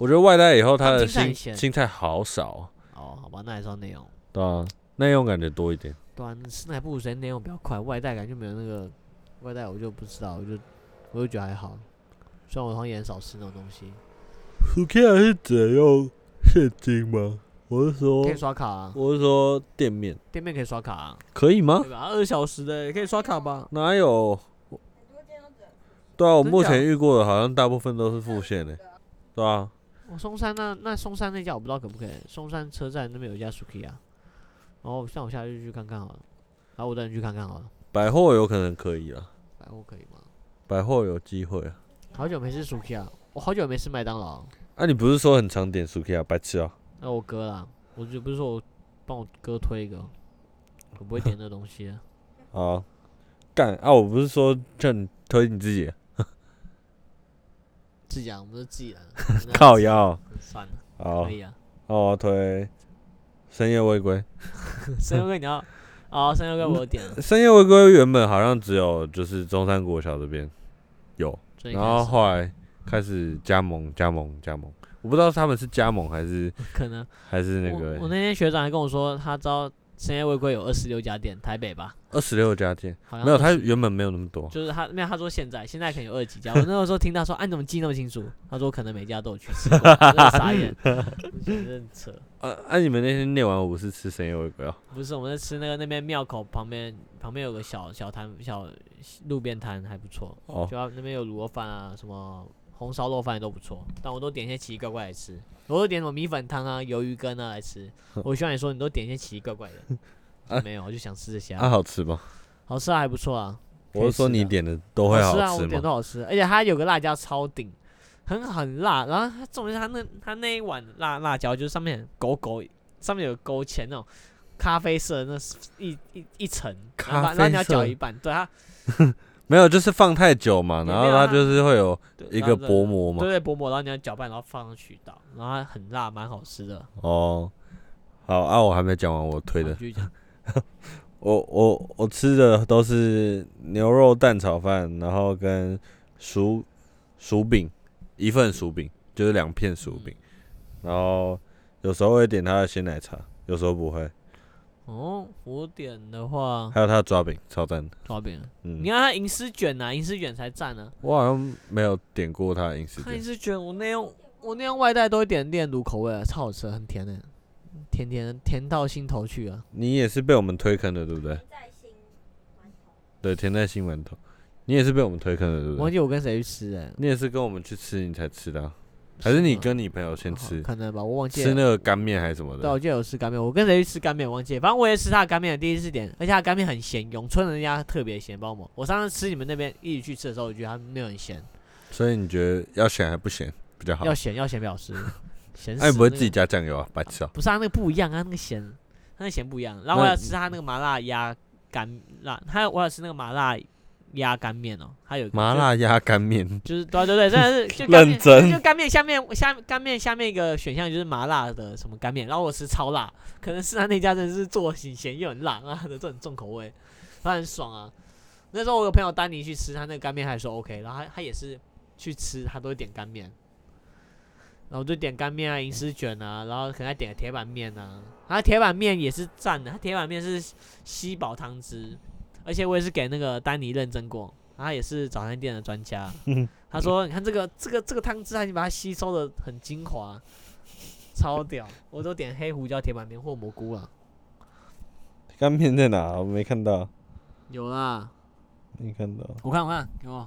我觉得外带以后它的
哦青菜
青
很咸
青菜好少，啊
哦，好吧，那还是要内用。
对啊，内用感觉多一点。
对啊，吃奶不如直接内用比较快，外带感觉没有那个外带，我就不知道，我就我就觉得还好。虽然我好像也很少吃那种东西，
Sukiya 是只用现金吗？我是说
可以刷卡啊，
我是说店面
店面可以刷卡啊，
可以吗
对？吧？二小时的可以刷卡吧？
哪有？
很多店都整
对啊，我
真
目
假
前遇过的好像大部分都是付现的，
的，
对啊，
我哦松山那那松山那家我不知道可不可以，松山车站那边有一家 Suki 啊，然后像我下去去看看好了，然后我带你去看看好了，
百货有可能可以啊，
百货可以吗？
百货有机会啊。
好久没吃 Suki 啊，我好久没吃麦当劳，
啊，你不是说很常点 Sukiya 白吃啊？
那我哥啦，我就不是说我帮我哥推一个，我不会点这东西啊，
啊，干啊！我不是说叫你推你自己，，
自己啊，我们都自 己人
靠腰
那算了，
好
可，以啊。
那我要推深夜未归。
生优哥你要，哦，生优哥我有点了，
深夜未归原本好像只有就是中山国小这边有，
最
然
开
后
始
后来开始加盟加盟加盟，我不知道他们是加盟还是
可能
还是那
我
个
我那天学长还跟我说，他知道深夜未归有二十六家店，台北吧，
二十六家店，
好像
没有，
26
他原本没有那么多。
就是他，没有他说现在，现在可能有二十几家。我那个时候听他说，啊，你怎么记那么清楚？他说我可能每家都有去吃过，我真的傻眼，我觉得真的扯。
啊啊！你们那天练完舞是吃深夜未归啊？
不是，我们在吃那个那边庙口旁边，旁边有个小小摊小路边摊还不错，
哦
就要那边有卤肉饭啊，什么红烧肉饭也都不错。但我都点一些奇奇怪怪来吃，我都点什么米粉汤啊、鱿鱼羹啊来吃。我希望你说你都点一些奇奇怪怪的，没有，我就想吃这些啊、
啊，好吃吗？
好吃啊，还不错啊。可以
我是说
吃
你
的
点的都会
吃啊，
好
我
吃
点
吗？
都好吃，而且它有个辣椒超顶，很很辣。然后它重点是它那它那一碗辣辣椒，就是上面很勾勾，上面有勾芡那种咖啡色的那是一一一层，然后
咖
把
啡
然后你要
色
搅一半，对它
没有，就是放太久嘛，然后
没有啊
它就是会有
对
一
然
个
后再
薄膜嘛
对。对薄膜，然后你要搅拌，然后放上去倒，然后它很辣，蛮好吃的。
哦，好啊，我还没讲完我推
好
的
继，续讲，
我我我吃的都是牛肉蛋炒饭，然后跟薯薯饼一份薯饼，就是两片薯饼，然后有时候会点它的鲜奶茶，有时候不会，
哦，我点的话
还有它的抓饼超赞的。
抓饼了，啊
嗯
你，看它银丝卷啊呐、银丝卷才赞呢、
我好像没有点过它的饮食
它
店
银，丝卷我那用我那用外带都会点炼乳口味啊，超好吃的，很甜的、甜甜的甜到心头去啊。
你也是被我们推坑的，对不对？
在新馒头。
对，甜在新馒头，你也是被我们推坑的，对不
忘
对？
记我跟谁去吃哎、
你也是跟我们去吃，你才吃的啊、还是你
吗
跟你朋友先
好
吃？
可能吧，我忘记
吃
了。
那个干面还是什么
对，我
的？
记得有吃干面，我跟谁去吃干面忘记了，反正我也吃他的干面，第一次点，而且他的干面很咸，永春人家特别咸，帮我。我上次吃你们那边一起去吃的时候，我觉得他没有很咸，
所以你觉得要咸还不咸比较好？
要咸要咸 表示咸死、
那你不会自己？加酱油啊？白痴啊！
不是啊，那个不一样啊，那个咸，那个咸不一样。然后我要吃他那个麻辣鸭干辣，他我要吃那个麻辣鸭干面哦，还有一个
麻
就
辣鸭干面，
就是对对对，真的是 就干面
认真
就干面下面下干面下面一个选项就是麻辣的什么干面，然后我吃超辣，可能是他那家真的是做很咸又很辣啊 的这种重口味，他很爽啊。那时候我有朋友丹尼去吃他那个干面，还说 OK，然后他他也是去吃，他都会点干面，然后我就点干面啊、银丝卷啊，然后可能还点个铁板面啊。然后铁板面也是赞的，它铁板面是吸饱汤汁，而且我也是给那个丹尼认证过，他也是早餐店的专家。他说：“你看这个这个这个汤汁，他已经把它吸收的很精华， 超屌！我都点黑胡椒铁板面或蘑菇了，
干面在哪？我没看到，
有啦，
没看到。
我看我看给我。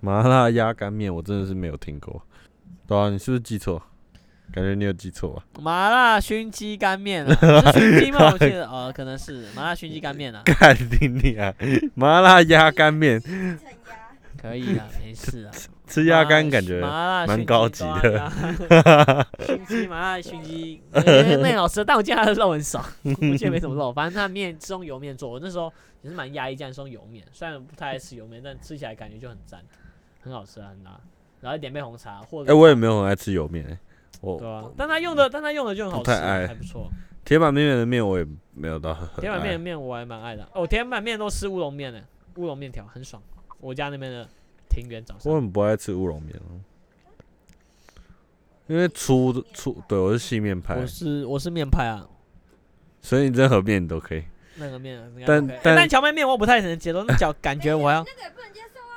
麻辣鸭干面我真的是没有听过。对啊，你是不是记错？感觉你有记错啊。
麻辣熏鸡干面 啊，是熏鸡吗？我记得哦，可能是麻辣熏鸡干面 啊，
干你啊！麻辣鸭干面，
趁压
可以啊，没事啊。
吃鸭肝感觉
麻辣
蛮高级的。
的，熏鸡麻辣熏鸡呃面很好吃，但我记得它的肉 很少，我记得没什么肉，反正它面是用油面做，我那时候也是蛮压抑，这样是用油面，虽然不太爱吃油面，但吃起来感觉就很赞，很好吃啊，很辣。然后一点杯红茶或者
哎，我也没有很爱吃油面、欸，我
对啊，但它用的但它用的就很好吃
不太爱
啊，还不错。
铁板面的面我也没有到很
铁板面的
爱。
面我还蛮爱的，哦，铁板面都吃乌龙面的，乌龙面条很爽。我家那边的庭园早
我
上，
很不爱吃乌龙面哦，因为粗的粗，对我是细面派
我，是我是面派啊，
所以你任何面你都可以。
那个面应该
但
OK 哎
但
但荞麦面我不太能接受，那脚感觉我还要
哎那个也不能接受啊。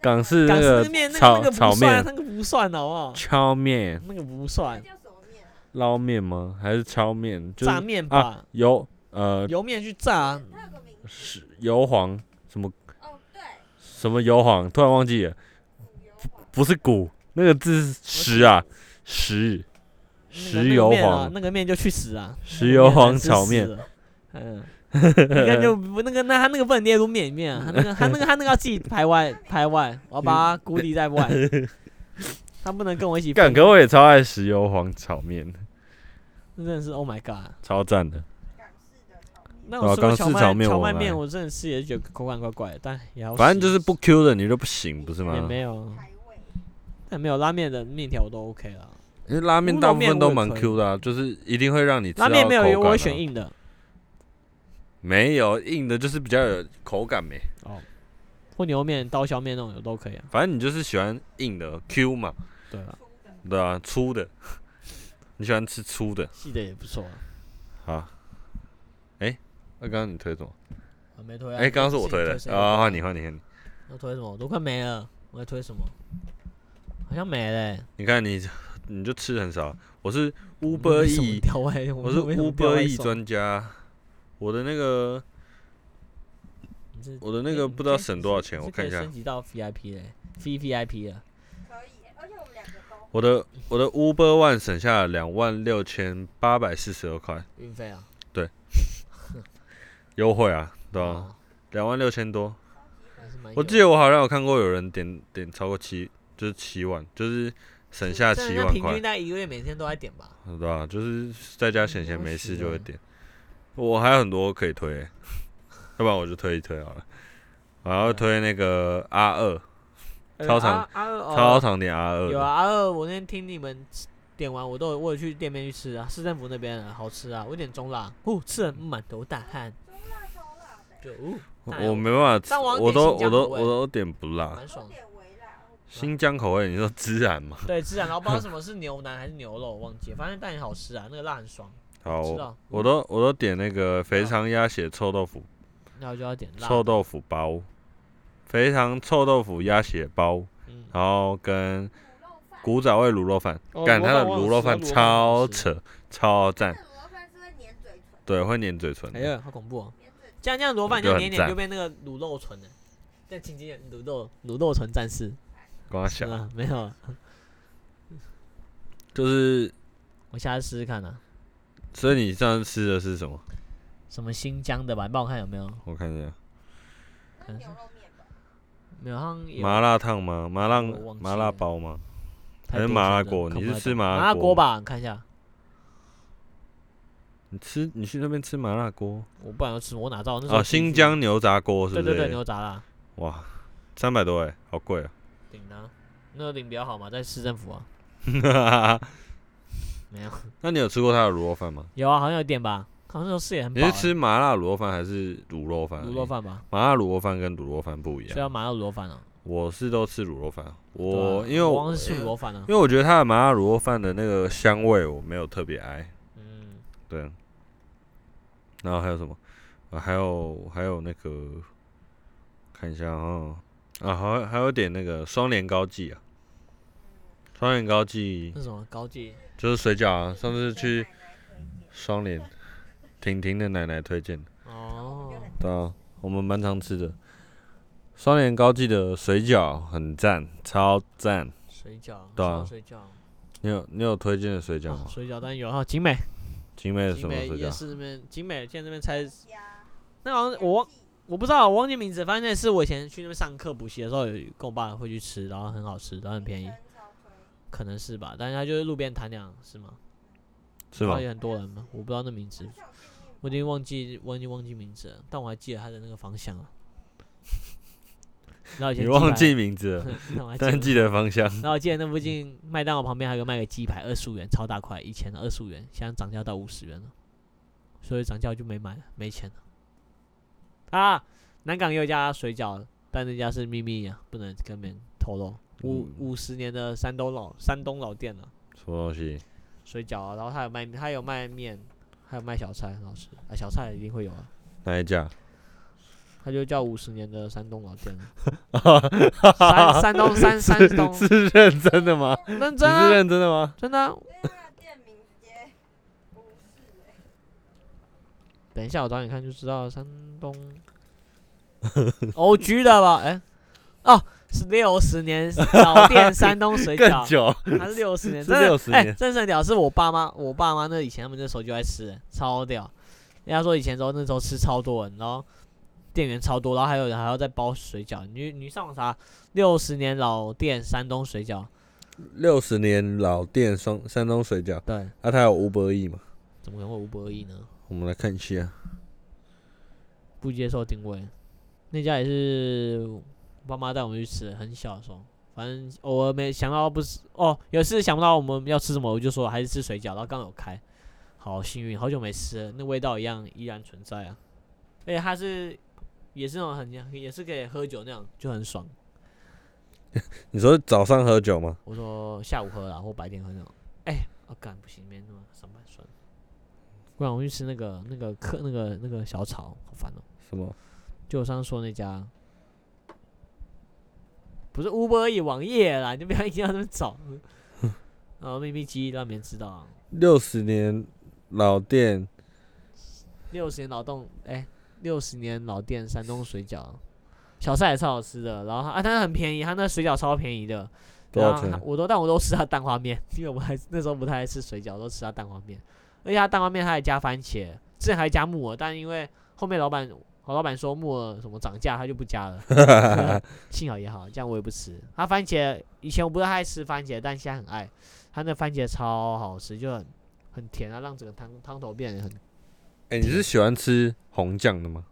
港
呃
式那个
港式 那
港式
个
面那
炒
个那个
炒
不算，
面、
那个不算好不好？
荞面、
那个不
那
算
叫什么面啊？
捞面吗？还是荞面？就
炸
是
面
啊
吧，
油呃
油面去炸啊，
它有个名字。
是油黄什么
哦，对，
什么油黄，突然忘记了，
骨油黄。
不是骨，那个字是石啊，石
那个
石油
那个面啊
黄，
那个面就去死啊！
石油黄
那个面真是
炒
死
面，
了，嗯，你看就不那个那他那个不能列入面里面啊，他那个他那个他那个要自己排外排外，我要把他孤立 在外，他不能跟我一起
干
分，
可我也超爱石油黄炒面，
真的是 Oh my God！
超赞的。
那
对啊
我吃过
港
荞
式
麦
炒面
荞
我
麦
很爱
面，我真的吃也是觉得口感怪怪，的，但也要
反正就是
试
不 Q 的你就不行，不是
也
吗？
没有，但没有拉面的面条我都 OK 了。
因为拉面
乌
大
龙
部
面
分都
我也
蛮
可以
Q 的、啊，就是一定会让你吃
拉面
到
没有
口
油，我
感
会
啊
选硬的，
没有硬的，就是比较有口感没。
或牛肉面、刀削面那种的都可以啊。
反正你就是喜欢硬的 Q 嘛，
对啊，
对啊，粗的， 你喜欢吃粗的。
细的也不错啊。
好，哎、那刚刚你推什么？
啊，没推啊。
哎、刚刚是我推的
自己谁
啊，换你换你换你。
我推什么？我都快没了，我还推什么？好像没了欸。
你看你你就吃很少，我是
我
Uber
没什么
E，
调味，
我
我
是
没什么调
Uber
味
E
送，
专家，我的那个
你是
我的那
哎
个
你
不知道
这
省
是
多少钱，
是
我
可
看
以
一下
升。级到 VIP 嘞，V VIP 了。
可以，而且我们两个都
我的我的 Uber One 省下了两万六千八百四十二块
运费啊。
优惠啊，对吧？
哦，哎
两万六千多，
还是蛮
我
有
记得我好像有看过有人点点超过七，就是七万，就是省下
这
七
人家
万
平
块
均，大概一个月每天都在点吧。
对吧？就是在家闲闲没事就会
嗯
点。我还有很多可以推、要不然我就推一推好了。我
嗯
要推那个 R 二，
呃
超长
阿二
超长点 R 二
哦有
的，
啊，阿二，我那天听你们吃点完，我都有我有去店面去吃啊，市政府那边啊，好吃啊，我点中辣，哦，吃了满头大汗，就哦，大
我没办法吃，
但我要
我
点
都
新疆
我都
口
我
味嗯
都点不辣。
蛮爽的。
新疆口味，你说孜然吗？
对，孜然，然后不知道什么是牛腩还是牛肉，忘记了，反正但也好吃啊，那个辣很爽，
好，
知
我
道
我都我都点那个肥肠鸭血臭豆腐
那我就要点嗯辣。
臭豆腐包，肥肠臭豆腐鸭血包，
嗯，
然后跟古早味卤肉饭，
哦
干
卤肉
它的
饭我
卤
有
肉
吃它
饭
卤肉饭
超
好吃
扯，超赞，
那螺饭是会粘嘴唇，
对，会粘嘴唇的
哎。呀，好恐怖哦！这样这样，螺饭
就很
就点一点就
赞
变那个卤肉唇了，这样轻轻的卤肉卤肉唇战士，
光想
啊， 没有啊，
就是，
我下次试试看啊，
所以你上次吃的是什么？
什么新疆的吧，你帮我看有没有，
我看一下，
可能是
牛肉面吧。
没有，好像有
麻辣烫吗？麻辣
我忘记
麻辣
了
包吗？
太
还是
多
麻
选
辣
择
锅
看
你
不
是
太
吃
懂
麻辣
辣
锅
锅吧？你看一下，
你吃你去那边吃麻辣锅
我不然要吃，我哪知道？那时候
哦，
第一
新
次
疆牛杂锅是
对
不
对对
是？
牛杂啦，
哇，三百多哎，好贵啊！
顶啊，那个顶比较好嘛，在市政府啊，没有，
啊 那你有吃过他的卤肉饭吗？
有啊，好像有点吧，好像那时候吃也很
你
饱
是
欸。
吃麻辣卤肉饭还是卤肉饭而已？
卤肉饭吧？
麻辣卤肉饭跟卤肉饭不一
所以要
样，
麻辣卤肉饭哦，
我是都吃卤肉饭，
对啊
我因为我
光是吃卤肉饭啊
因，为我觉得他的麻辣卤肉饭的那个香味我没有特别爱，
嗯，
对。啊然后还有什么？啊、还有还有那个，看一下哦，啊，还有还有点那个双联高记啊，双联高记
那什么高级
就是水饺啊，上次去双联，婷婷的奶奶推荐的，
哦，
对啊，我们蛮常吃的。双联高记的水饺很赞，超赞。
水饺，
对啊
烧水饺，
你有你有推荐的水饺
哦
吗？
水饺但有哈景美，
景美的什
景
么
美
水
夜
饺？
市那边，景美现在那边才
呀，
那好像我忘我不知道，我忘记名字，反正那是我以前去那边上课补习的时候，有跟我爸会去吃，然后很好吃，然后很便宜，可能是吧。但是它就是路边摊那样，是吗？
是
然
吗
后？也很多人嘛，我不知道那名字，我已经忘记，我已经忘记名字了，但我还记得它的那个方向啊。 然后以前
你
鸡排
忘记，名字了，
但我还
但
记
记
得。
得方向。
然后我记得那附近麦当劳旁边还有个卖个鸡排，二十五元，超大块，以前二十五元，现在涨价到五十元了，所以涨价我就没买了，没钱了。啊，南港也有一家水饺，但那家是秘密啊，不能跟别人透露。五
嗯
五十年的山东老山东老店了、
什么东西？
水饺啊，然后他有卖，他有卖面，还有卖小菜，很好吃啊，小菜一定会有啊。
哪一家？
他就叫五十年的山东老店了， 山山东山山东，
是认真的吗？
认
你
真
是
啊，
认真的吗？
真的啊、
那店名直接不是哎，
等一下我找你看就知道了，山 东 O G 的吧？哎、哦，是六十年老店山东水
更
饺，
久，
还是六十年？
是
真的
60，
哎、
年
真的很屌，是我爸妈，我爸妈那以前他们那时候就爱吃，超屌。人家说以前时候那时候吃超多人，然后店员超多，然后还有人还要再包水饺。你你上网查六十年老店山东水饺，
六十年老店双山东水饺，
对，
啊，它有五百亿嘛？
怎么可能会无博亿呢？
我们来看一下，
不接受定位。那家也是我爸妈带我们去吃的，很小的时候，反正偶尔没想到不是哦，有次想不到我们要吃什么，我就说还是吃水饺，然后刚好有开，好幸运，好久没吃了，那味道一样依然存在啊。而且它是也是那种很也是可以喝酒那样，就很爽。
你说早上喝酒吗？
我说下午喝啦，或白天喝那种。哎、我、干不行，明天那么上班算了。不然我去吃那个那个客那个那个小炒，好烦哦、
什么？
就我上次说那家，不是 Uber 也网页啦，你就不要一定要那么找。啊，秘密基地让别人知道啊。
六十年老店
六十年老洞，哎、六十年老店山东水饺，小菜也超好吃的。然后它啊，它很便宜，它那水饺超便宜的。
多
然
少
后它
钱？
我都但我都吃它蛋花面， 因为我还那时候不太爱吃水饺，都吃它蛋花面。而且它蛋花面它还加番茄，之前还加木耳，但因为后面老板好老板说木耳什么涨价，他就不加 了。幸好也好，这样我也不吃。它番茄以前我不太爱吃番茄，但现在很爱。它那番茄超好吃，就很很甜啊，让整个汤汤头变得很
哎，你是喜欢吃红酱的吗？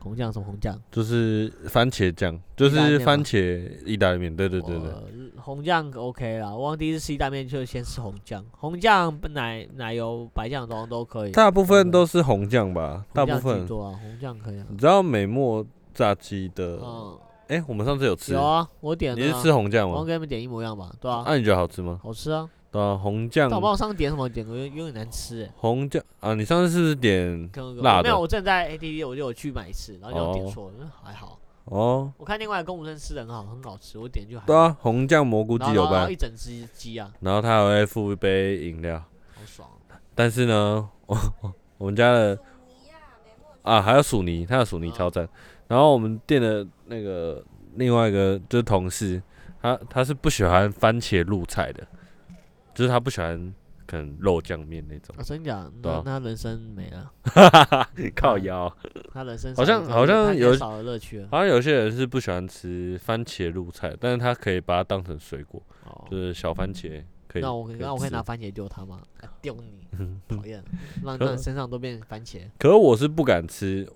红酱什么红酱。
就是番茄酱，就
意大利
是
面吗
番茄意大利面。对对对对，
我哦嗯红酱 OK 啦。我忘第一次吃意大利面就先吃红酱，红酱奶奶油白酱都都可以。
大部分都是红酱吧，大
红
部
酱
分
居。多啊，红酱可以啊。
你知道美墨炸鸡的？
嗯，
哎，我们上次有吃
有，啊，我点
你
的
是
啊，
吃红酱
我
吗？
好像跟你们点一模一样吧？对啊，
啊，你觉得好吃吗？
好吃啊。
对啊，红酱
但我不知道我上次点什么，点的有有点难吃欸。
红酱啊，你上次是不是点
跟我
辣的
没有，我正在 ATV 我就有去买一次，然后就点
哦
错了，嗯还好。
哦？
我看另外一个公主生吃的很好，很好吃，我点就还
对
好
啊，红酱蘑菇
然
鸡
后
柳
然后
拌
一，整只鸡啊，
然后他还会附一杯饮料。
好爽啊。
但是呢， 我我们家的呃啊，还有薯泥，他的薯
嗯
泥超赞。然后我们店的那个另外一个就是同事，他他是不喜欢番茄入菜的，就是他不喜欢可能肉酱面那种。
我真讲，
对
那
啊
那人生没了，
靠腰，
他人生
好
少
像
了一个
好像
他
有
少了乐趣了。
好像有些人是不喜欢吃番茄入菜，但是他可以把它当成水果，
哦
就是小番茄可以。
那我可以那我可以
吃
拿番茄丢他吗？啊丢 你，讨厌，让
可
让你身上都变番茄。
可是我是不敢吃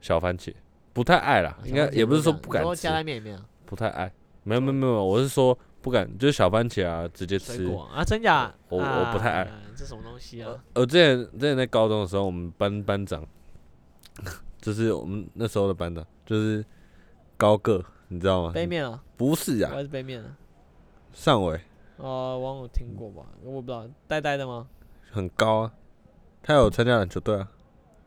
小番茄，不太爱啦，应该也不是说不敢
然后
吃
加，在面里面啊
不太爱。没有没有没有，我是说不敢，就是小番茄啊，直接
水
吃。
果啊，真假？
我我不太爱
哎呀 这什么东西啊？
呃，之前之前在高中的时候，我们班班长，就是我们那时候的班长，就是高个，你知道吗？
背面啊，
不是啊
我，还是背面啊。
上尾
哦，我好像有听过吧？我不知道，呆呆的吗？
很高啊，他有参加篮球队啊，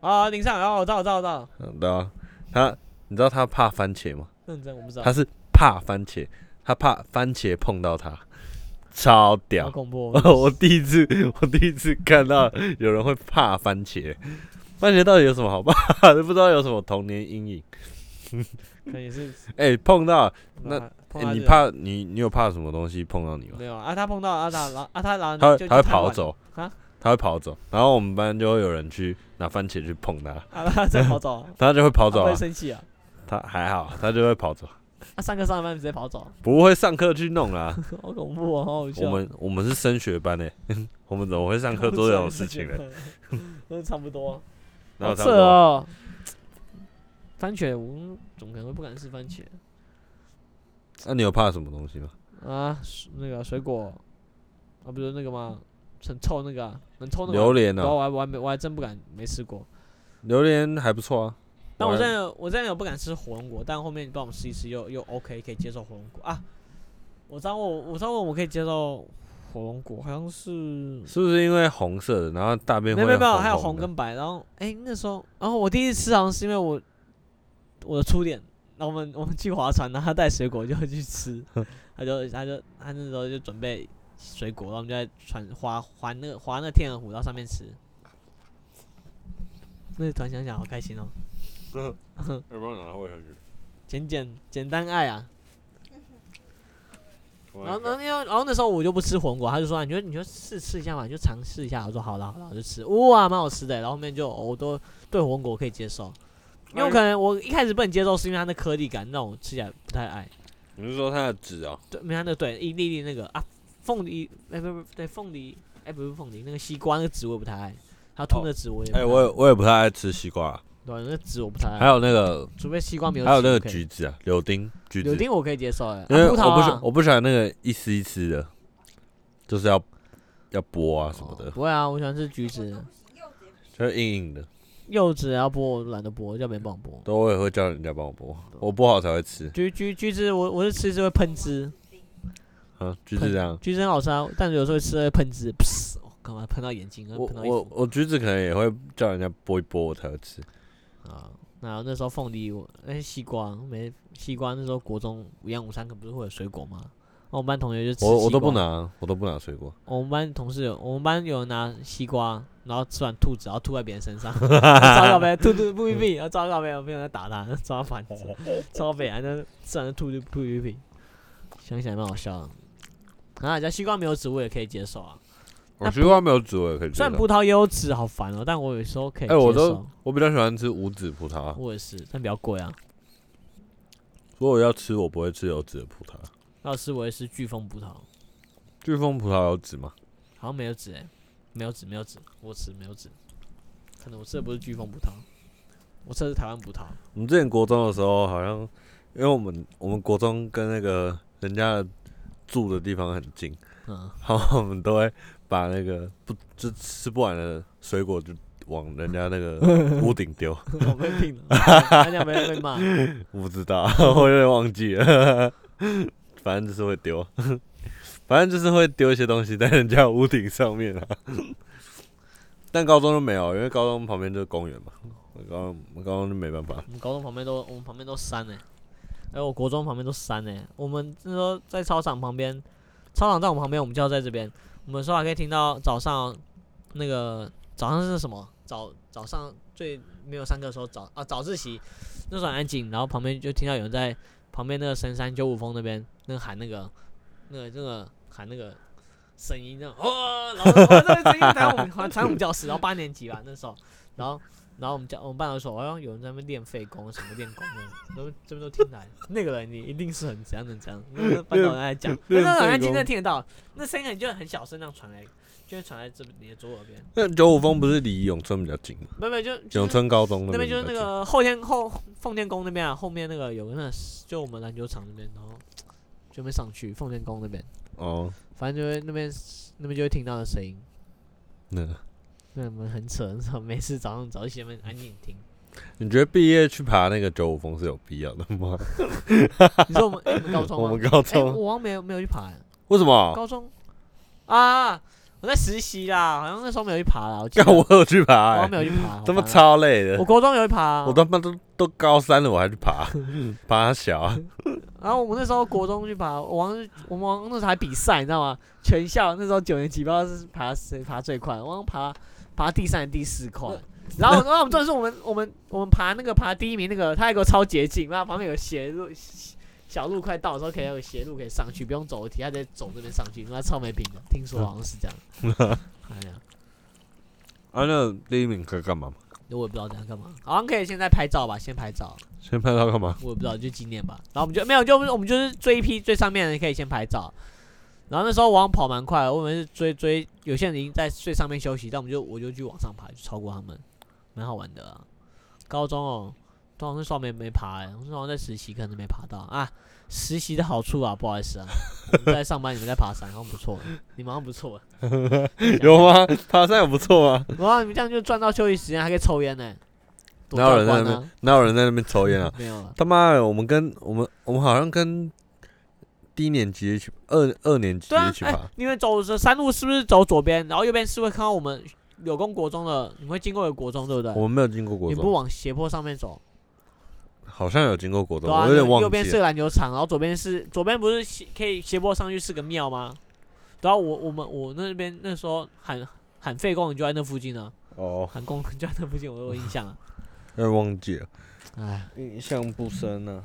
啊，林尚，哦，我知道，我知道，我知道。
嗯，对啊，他你知道他怕番茄吗？
认真，我不知道
他，是怕番茄，他怕番茄碰到他，超
好
屌！
恐怖哦。
我第一次我第一次看到有人会怕番茄，番茄到底有什么好怕？不知道有什么童年阴影。
可能也是
哎、碰到、 那
那
欸
碰到
你
这个
怕你你有怕什么东西碰到你吗？
没有啊？他碰到啊他然后啊他然后
他会
就
他会
就瘫
跑
痪
走
啊，
他会跑走，然后我们班就会有人去拿番茄去碰他，
啊，他真的跑走啊，
他就会 跑
他
走
不
啊
会。生气啊？
他还好，他就会跑走，
他啊上课上班直接跑走，
不会上课去弄啦。
好恐怖哦，好好笑。
我们我们是升学班诶， 我们怎么会上课做这种事情呢？
呢， 都差不多。
然后差
这
不多
哦，番茄，我怎么可能会不敢吃番茄
那你有怕什么东西吗？
啊？水那个水果啊，不是那个吗？很臭那个啊，很臭那个
榴
啊。
莲
然后
哦，
我还我还没我还真不敢没吃过。
榴莲还不错啊。
但
我
我
还
现在有我现在有不敢吃火龙果，但后面你帮我们试一试又又 OK 可以接受火龙果啊。我上问我上问我可以接受火龙果，好像是
是不是因为红色的，然后大便会
没有没有没有，
红
还有
红
红
的
跟白。然后哎、那时候，然后我第一次吃好像是因为我我的初恋，然后我们我们去划船，然后他带水果就去吃，他就他就他那时候就准备水果，然后我们就在船划划那个划那个天鹅湖，到上面吃。那突然想想好开心哦，
嗯 要不然拿喂下去。
简简简单爱啊。
我
然后然后因为然后那时候我就不吃火龙果，他就说、啊你就你就试吃一下嘛，你就尝试一下。我说好了好了，我就吃，哇，蛮好吃的。然后后面就、哦我都对火龙果可以接受，因为我可能我一开始不能接受，是因为它那颗粒感让我吃起来不太爱。
你是说它的籽啊？
对，没它那对一粒粒那个啊，凤梨哎不不对凤梨哎不是凤梨那个西瓜那个籽我也不太爱，还有吐
哦
那籽我也不
哎，
太
我
爱
也我也不太爱吃西瓜啊，
对那个籽我不太
还
爱，
有那个
除非西瓜啊没有籽
还有那个
我可以
橘子啊，柳丁，橘子，
柳丁我可以接受哎，啊
因为
葡
我
萄
不喜
啊
我不喜欢那个一丝一丝的，就是要要剥啊什么
哦
的，
不会啊，我喜欢吃橘子。
就是硬硬的，
柚子也要剥，我懒得剥，叫别人帮我剥。
都我也会叫人家帮我剥，我剥好才会吃
橘橘橘子，我我是吃是会喷汁，
啊，就是这样。
橘子很好吃啊，但是有时候吃会喷汁，噗我干嘛喷到眼睛，
我
喷到衣
我
服
我橘子可能也会叫人家剥一剥我才会吃，
啊。然后那时候凤梨，我那、西瓜没西瓜，那时候国中五羊午餐课不是会有水果吗？然后我们班同学就吃
我我都
西
不
瓜。
拿，我都不拿水果，
我们班同事有，我们班有人拿西瓜，然后吃完兔子，然后吐在别 人身上，糟糕呗，兔兔不不不，然后糟糕呗，我朋友在打他，抓反子，超北啊，那吃完兔就不不不，想起来蛮好笑的。啊，加西瓜没有籽我也可以接受啊，
我
那
西瓜没有籽我也可以吃
虽。然葡萄也有籽，好烦哦，但我有时候可以接
哎，
受。
我都我比较喜欢吃无籽葡萄啊，
我也是，但比较贵啊。
如果要吃我不会吃有籽的葡萄。啊
要是我也是飓风葡萄，好
飓风葡萄有籽吗？
像没有籽哎、没有籽，没有籽，我吃没有籽，可能我吃的不是飓风葡萄，我吃的是台湾葡萄。
我们之前国中的时候，好像因为我们我们国中跟那个人家的住的地方很近，
嗯，
然后我们都会把那个不就吃不完的水果就往人家那个屋顶丢。
我被聘了， 大家没人被骂。
我不知道， 我有点忘记了， 反正就是会丢， 反正就是会丢一些东西在人家屋顶上面啊。 但高中就没有，因为高中旁边就是公园嘛。我高中我高中就没办法，
我们高中旁边都，我们旁边都山呢、哎、我国中旁边都山呢、我们那时候在操场旁边，操场在我们旁边，我们就要在这边。我们说啊还可以听到早上那个早上是什么？早早上最没有上课的时候早啊早自习，那时候很安静，然后旁边就听到有人在旁边那个深山九五峰那边那个喊那个那个那个喊那个声音，这样哦，然后哇那个声音传我们传传我们教室，然后八年级吧那时候，然后然后我们教我们班导说，哎呦有人在那边练肺功什么练功的，然后这边都听来，那个人你一定是很怎样怎样怎样，那个班导在讲， 那
练
个人
练
安
肺
静
功
的听得到，那声音就很小声这样传来，就会传在这你的左耳边，
那九五峰不是离永春比较近吗？
没有没有就就
永
是
春高中
那边
边
就是那
比较近
个后天后奉天宫那边啊，后面那个有个那就我们篮球场那边，然后就没上去奉天宫那边，
哦，
反正就会那边那边就会听到的声音，
那个
那我们很扯，很扯，每次早上早一些那边安静听，
你觉得毕业去爬那个九五峰是有必要的 吗？
你 说我们哎你们高中
我
吗？
们高
哎，
中
我好像没有没有去爬，
为什么？
高中啊，我在实习啦，好像那时候没有去爬啦，我记
干
得
我有去
我好
爬
像
欸，
没有去爬，
他妈
好吧，
超累的
我。国中有去爬啊，
我他妈都都高三了，我还去爬， 爬小啊，
然后我们那时候国中去爬，我好像是我们好像那时候还比赛，你知道吗？全校那时候九年级不知道是爬谁爬最快，我好像爬爬第三、第四 块。然后，然后我们重点是我们我们我们爬那个爬第一名那个，他还给我超捷径，然后旁边有斜路小路，快到的时候可以有斜路可以上去，不用走楼梯，他直接走这边上去，他妈超没品的。听说好像是这样， 哎呀，
啊，那第一名可以干嘛？
我也不知道这样干嘛，好像可以现在拍照吧，先拍照。
先拍照干嘛？
我也不知道，就纪念吧。然后我们就没有，就我们就是追一批最上面的人可以先拍照。然后那时候往跑蛮快的，我们是追追，有些人已经在最上面休息，但我们就我就去往上爬，就超过他们，蛮好玩的、啊。高中哦，高中那时候没没爬、欸，我那时候在实习可能没爬到啊。实习的好处啊，不好意思啊，我们在上班，你们在爬山，好像不错，你们好像不错。
有吗？爬山有不错吗？
哇，你们这样就赚到休息时间，还可以抽烟呢、多
哪有人在
壮
那
观
边？哪有人在那边抽烟啊
啊？？没有了。
他妈的，我们跟我们我们好像跟低年级一起，二二年级
对啊
一，起
哎、
爬，
你们走的山路是不是走左边，然后右边是会看到我们有功国中的，你们会经过有国中，对不对？
我们没有经过国
哎你不
中，
往斜坡上面走，
好像有经过国中，
对啊，
我有点
你
忘
右边
记
是
了。
个篮球场，然后左边是左边不是斜可以斜坡上去是个庙吗？然后我我们我那边那时候喊喊废公，你就在那附近呢、
哦，
喊公就在那附近，我有印象啊。
有点忘记了，
哎，
印象不深了。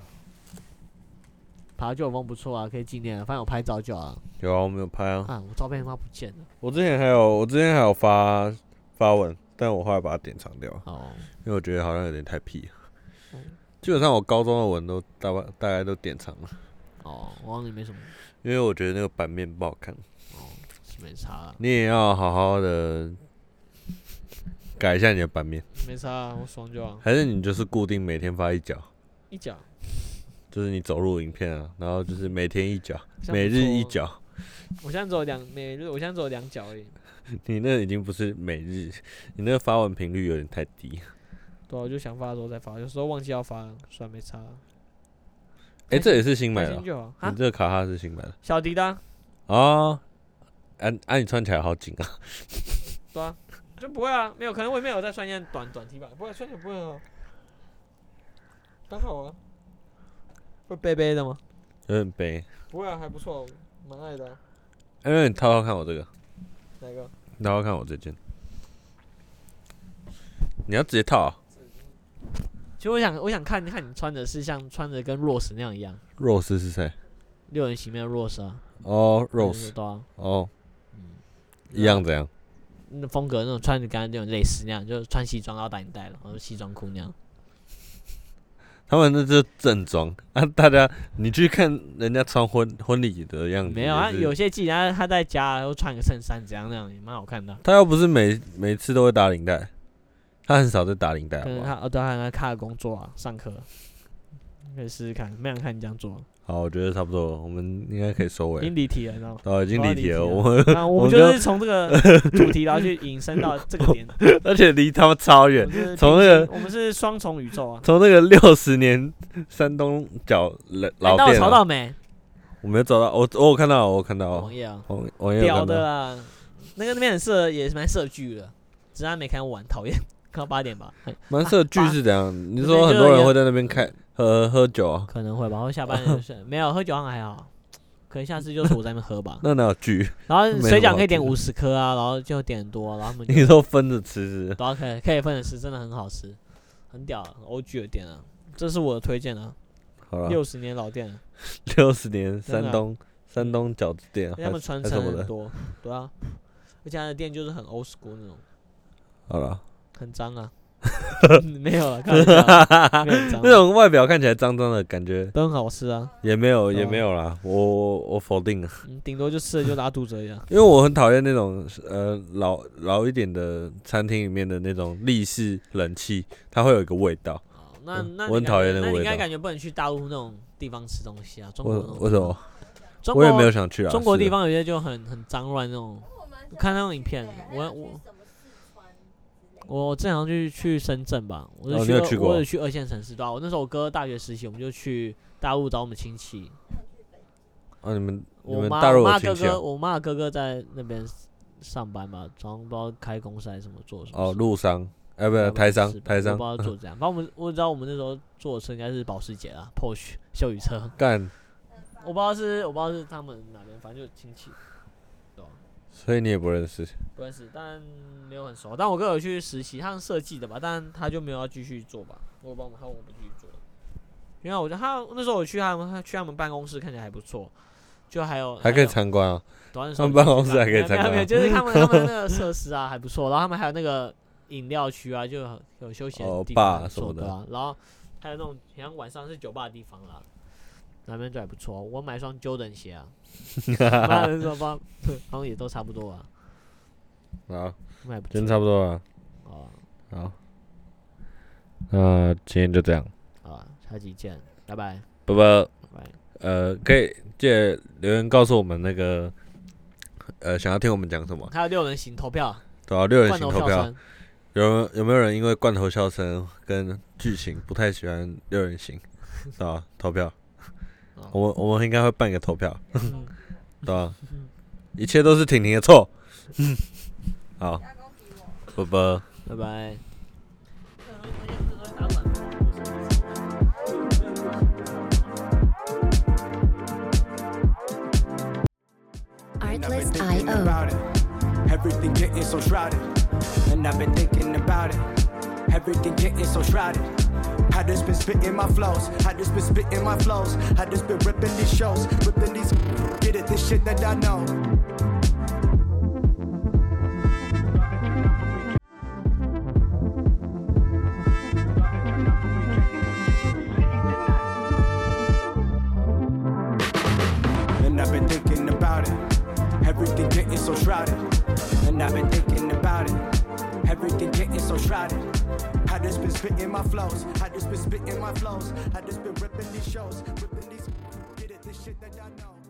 爬九峰不错啊，可以纪念啊，反正我拍照就好了。
有啊，我没有拍啊。
啊，我照片他妈不见了。
我之前还有，我之前还有发发文，但我后来把它典藏掉，
哦，
因为我觉得好像有点太屁了
嗯。
基本上我高中的文都大概大概都典藏了，
哦，我忘了没什么，
因为我觉得那个版面不好看。
是没差啊，
你也要好好的 改一下你的版面，
没差啊，我爽就好。
还是你就是固定每天发一脚，
一脚。
就是你走路影片啊，然后就是每天一脚，
这样
每日
不错
一
啊
脚。
我现在只有两每日，我现在只有两脚而已。
你那已经不是每日，你那个发文频率有点太低。
对啊、我就想发的时候再发，有时候忘记要发了，算了没差了，
哎、
开
这
心
也是新买
开
的
心
哦、
就好。哈
你，这个卡哈是新买的
小迪的啊、
啊？哎、啊，你穿起来好紧啊！
对啊，就不会啊，没有，可能我也没有在穿一件短短 T 吧，不会啊穿起来不会很好，刚好啊。会背背的吗？
有点背。
不会啊，还不错，蛮爱的啊、
哎、为你掏掏看我这个，
哪一个？
你掏掏看我这件。你要直接套啊、
其实我想，我想看看你穿的是像穿的跟 Rose 那样一样，
？Rose 是谁？
六人行面的 Rose 啊
哦，Rose
对啊，
哦，一样怎样？
那风格那种穿着刚才那种类似那样，就是穿西装然后打领带，然后西装裤那样。
他们那就是正装啊！大家，你去看人家穿婚婚礼的样子，
没有啊，
嗯也是
有些季然后他在家又穿个衬衫，怎样那样也蛮好看的啊。
他又不是每每次都会打领带，他很少在打领带，
可
好
能
不
他
好？
哦，对啊，他在看工作啊，上课，可以试试看，没想看你这样做，
好，我觉得差不多了，我们应该可以收
已
尾了
经。离题了，你 知道吗？
哦，已经离题了，我
我
们
那我
我
们
就
就是从 这个主题，然后去引申到这个点，
而且离他们超
我
远
们，是
从
平
那个
行我们是双重宇宙啊。
从那个六十年山东角老
哎
老
那我
店
查
啊、
到没？
我没有找到，我我有看到，我有看到，
网
网
页啊，
网哦页有
屌
看
的
到，
啦，那个那边很适合，也是蛮社剧的，只是他没看完，讨厌。 看到八点吧，哎
蛮社剧
啊
是怎样？你
那
说
边
很
就
多
有
人
一
会在那边看喝喝酒啊？
可能会吧，我下 班就是没有喝酒，好像还好，可能下次就是我在那边喝吧。
那哪有剧？
然后
没什
水
么
饺
好
可以点
吃的
五十颗啊，然后就点很多啊、然后他们就
你说分着吃是不是？
然后可以可以分着吃，真的很好吃，很屌啊，OG 的店啊，这是我的推荐啊，
好了，
六十年老店啊，
六十年
真的
山
啊嗯
东山东饺子店，
因为他们
还
传
还什
承
么
很
的。
多，对啊，而且他的店就是很 old school 那种，
好了，
很 脏啊，没有了，开玩笑，没有很脏啊
那 种外表看起来脏脏的感觉
都很好吃啊，
也没有，
对啊
也没有啦。我我我否定了，
嗯顶多就吃了就拉肚子而已啊，
因为我很讨厌那种呃老老一点的餐厅里面的那种立式冷气，它会有一个味道。
哦那
嗯
那
我很
你感
讨厌
觉
那个
那你
味
应该
道
感觉不能去大陆那种地方吃东西啊，中国
为
那种
为什么？
中
我也
国
没有想去啊。
中国
是
地方有些就很很脏乱那种。
我蛮想
我看那种影片
去的
我
还想
我
去什么四川之类的
我正常去去深圳吧，我
哦你
是去
有
二、
去
我
过
有去二线城市，对吧、啊我那时候我哥大学实习，我们就去大陆找我们亲戚。
啊，你们你
我
们
妈
大陆
我
有
妈
亲
哥
戚啊
哥，我妈的哥哥在那边上班吧，好像不知道开公司还是什么做什么
哦，
事
陆商，哎，不
不知
是
道
台
是
商，
吧
台
我
商
不知道做怎样。反正我们我知道我们那时候坐的车应该是保时捷啊，Porsche 修理车。
干，
我不知道是我不知道是他们哪边，反正就亲戚
所以你也不认识。
不认识，但没有很熟。但我哥有去实习，他是设计的吧，但他就没有要继续做吧。我帮我他问我不继续做，因为我觉得他那时候我去他们他去他们办公室看起来还不错，就还有
还可以
有
参观啊，
短暂
他们
手机
办公
吧
室还可以
没有
参
没有没有，
观
就是他们他们 那个设施啊还不错，然后他们还有那个饮料区啊，就很有休闲
哦
地方
，bar
还不
什么
错
的
对啊，然后还有那种像晚上是酒吧的地方啦，那边就还不错。我买双 Jordan 鞋啊，那人说吧，好像也都差不多啊，
好，
卖不错
真差不多了。
啊，
好，那今天就这样，
好啊，下期见，拜拜
拜拜。
拜拜。
呃，可以借留言告诉我们那个，呃，想要听我们讲什么？
还有六人行投票，
对啊，六人
罐
行投
头笑
票，
声，
有有没有人因为罐头笑声跟剧情不太喜欢六人行？对啊，投票
哦，
我们我们应该会办一个投票，
嗯
对啊，一切都是婷婷的 错。好，
加工比我。
拜拜。
拜拜。
Artlist
I've been thinking
IO.
about it. Everything getting so shrouded, and I've been thinking about it. Everything getting so shrouded. I just been spitting my flows. I just been spitting my flows. I just been ripping these shows, ripping these. Get it, this shit that I know. And I've been thinking about it. Everything getting so shrouded. And I've been thinking about it. Everything getting so shrouded. I just been spitting my flows. I just been spitting my flows. I just been ripping these shows. Ripping these. Get it, this shit that I know.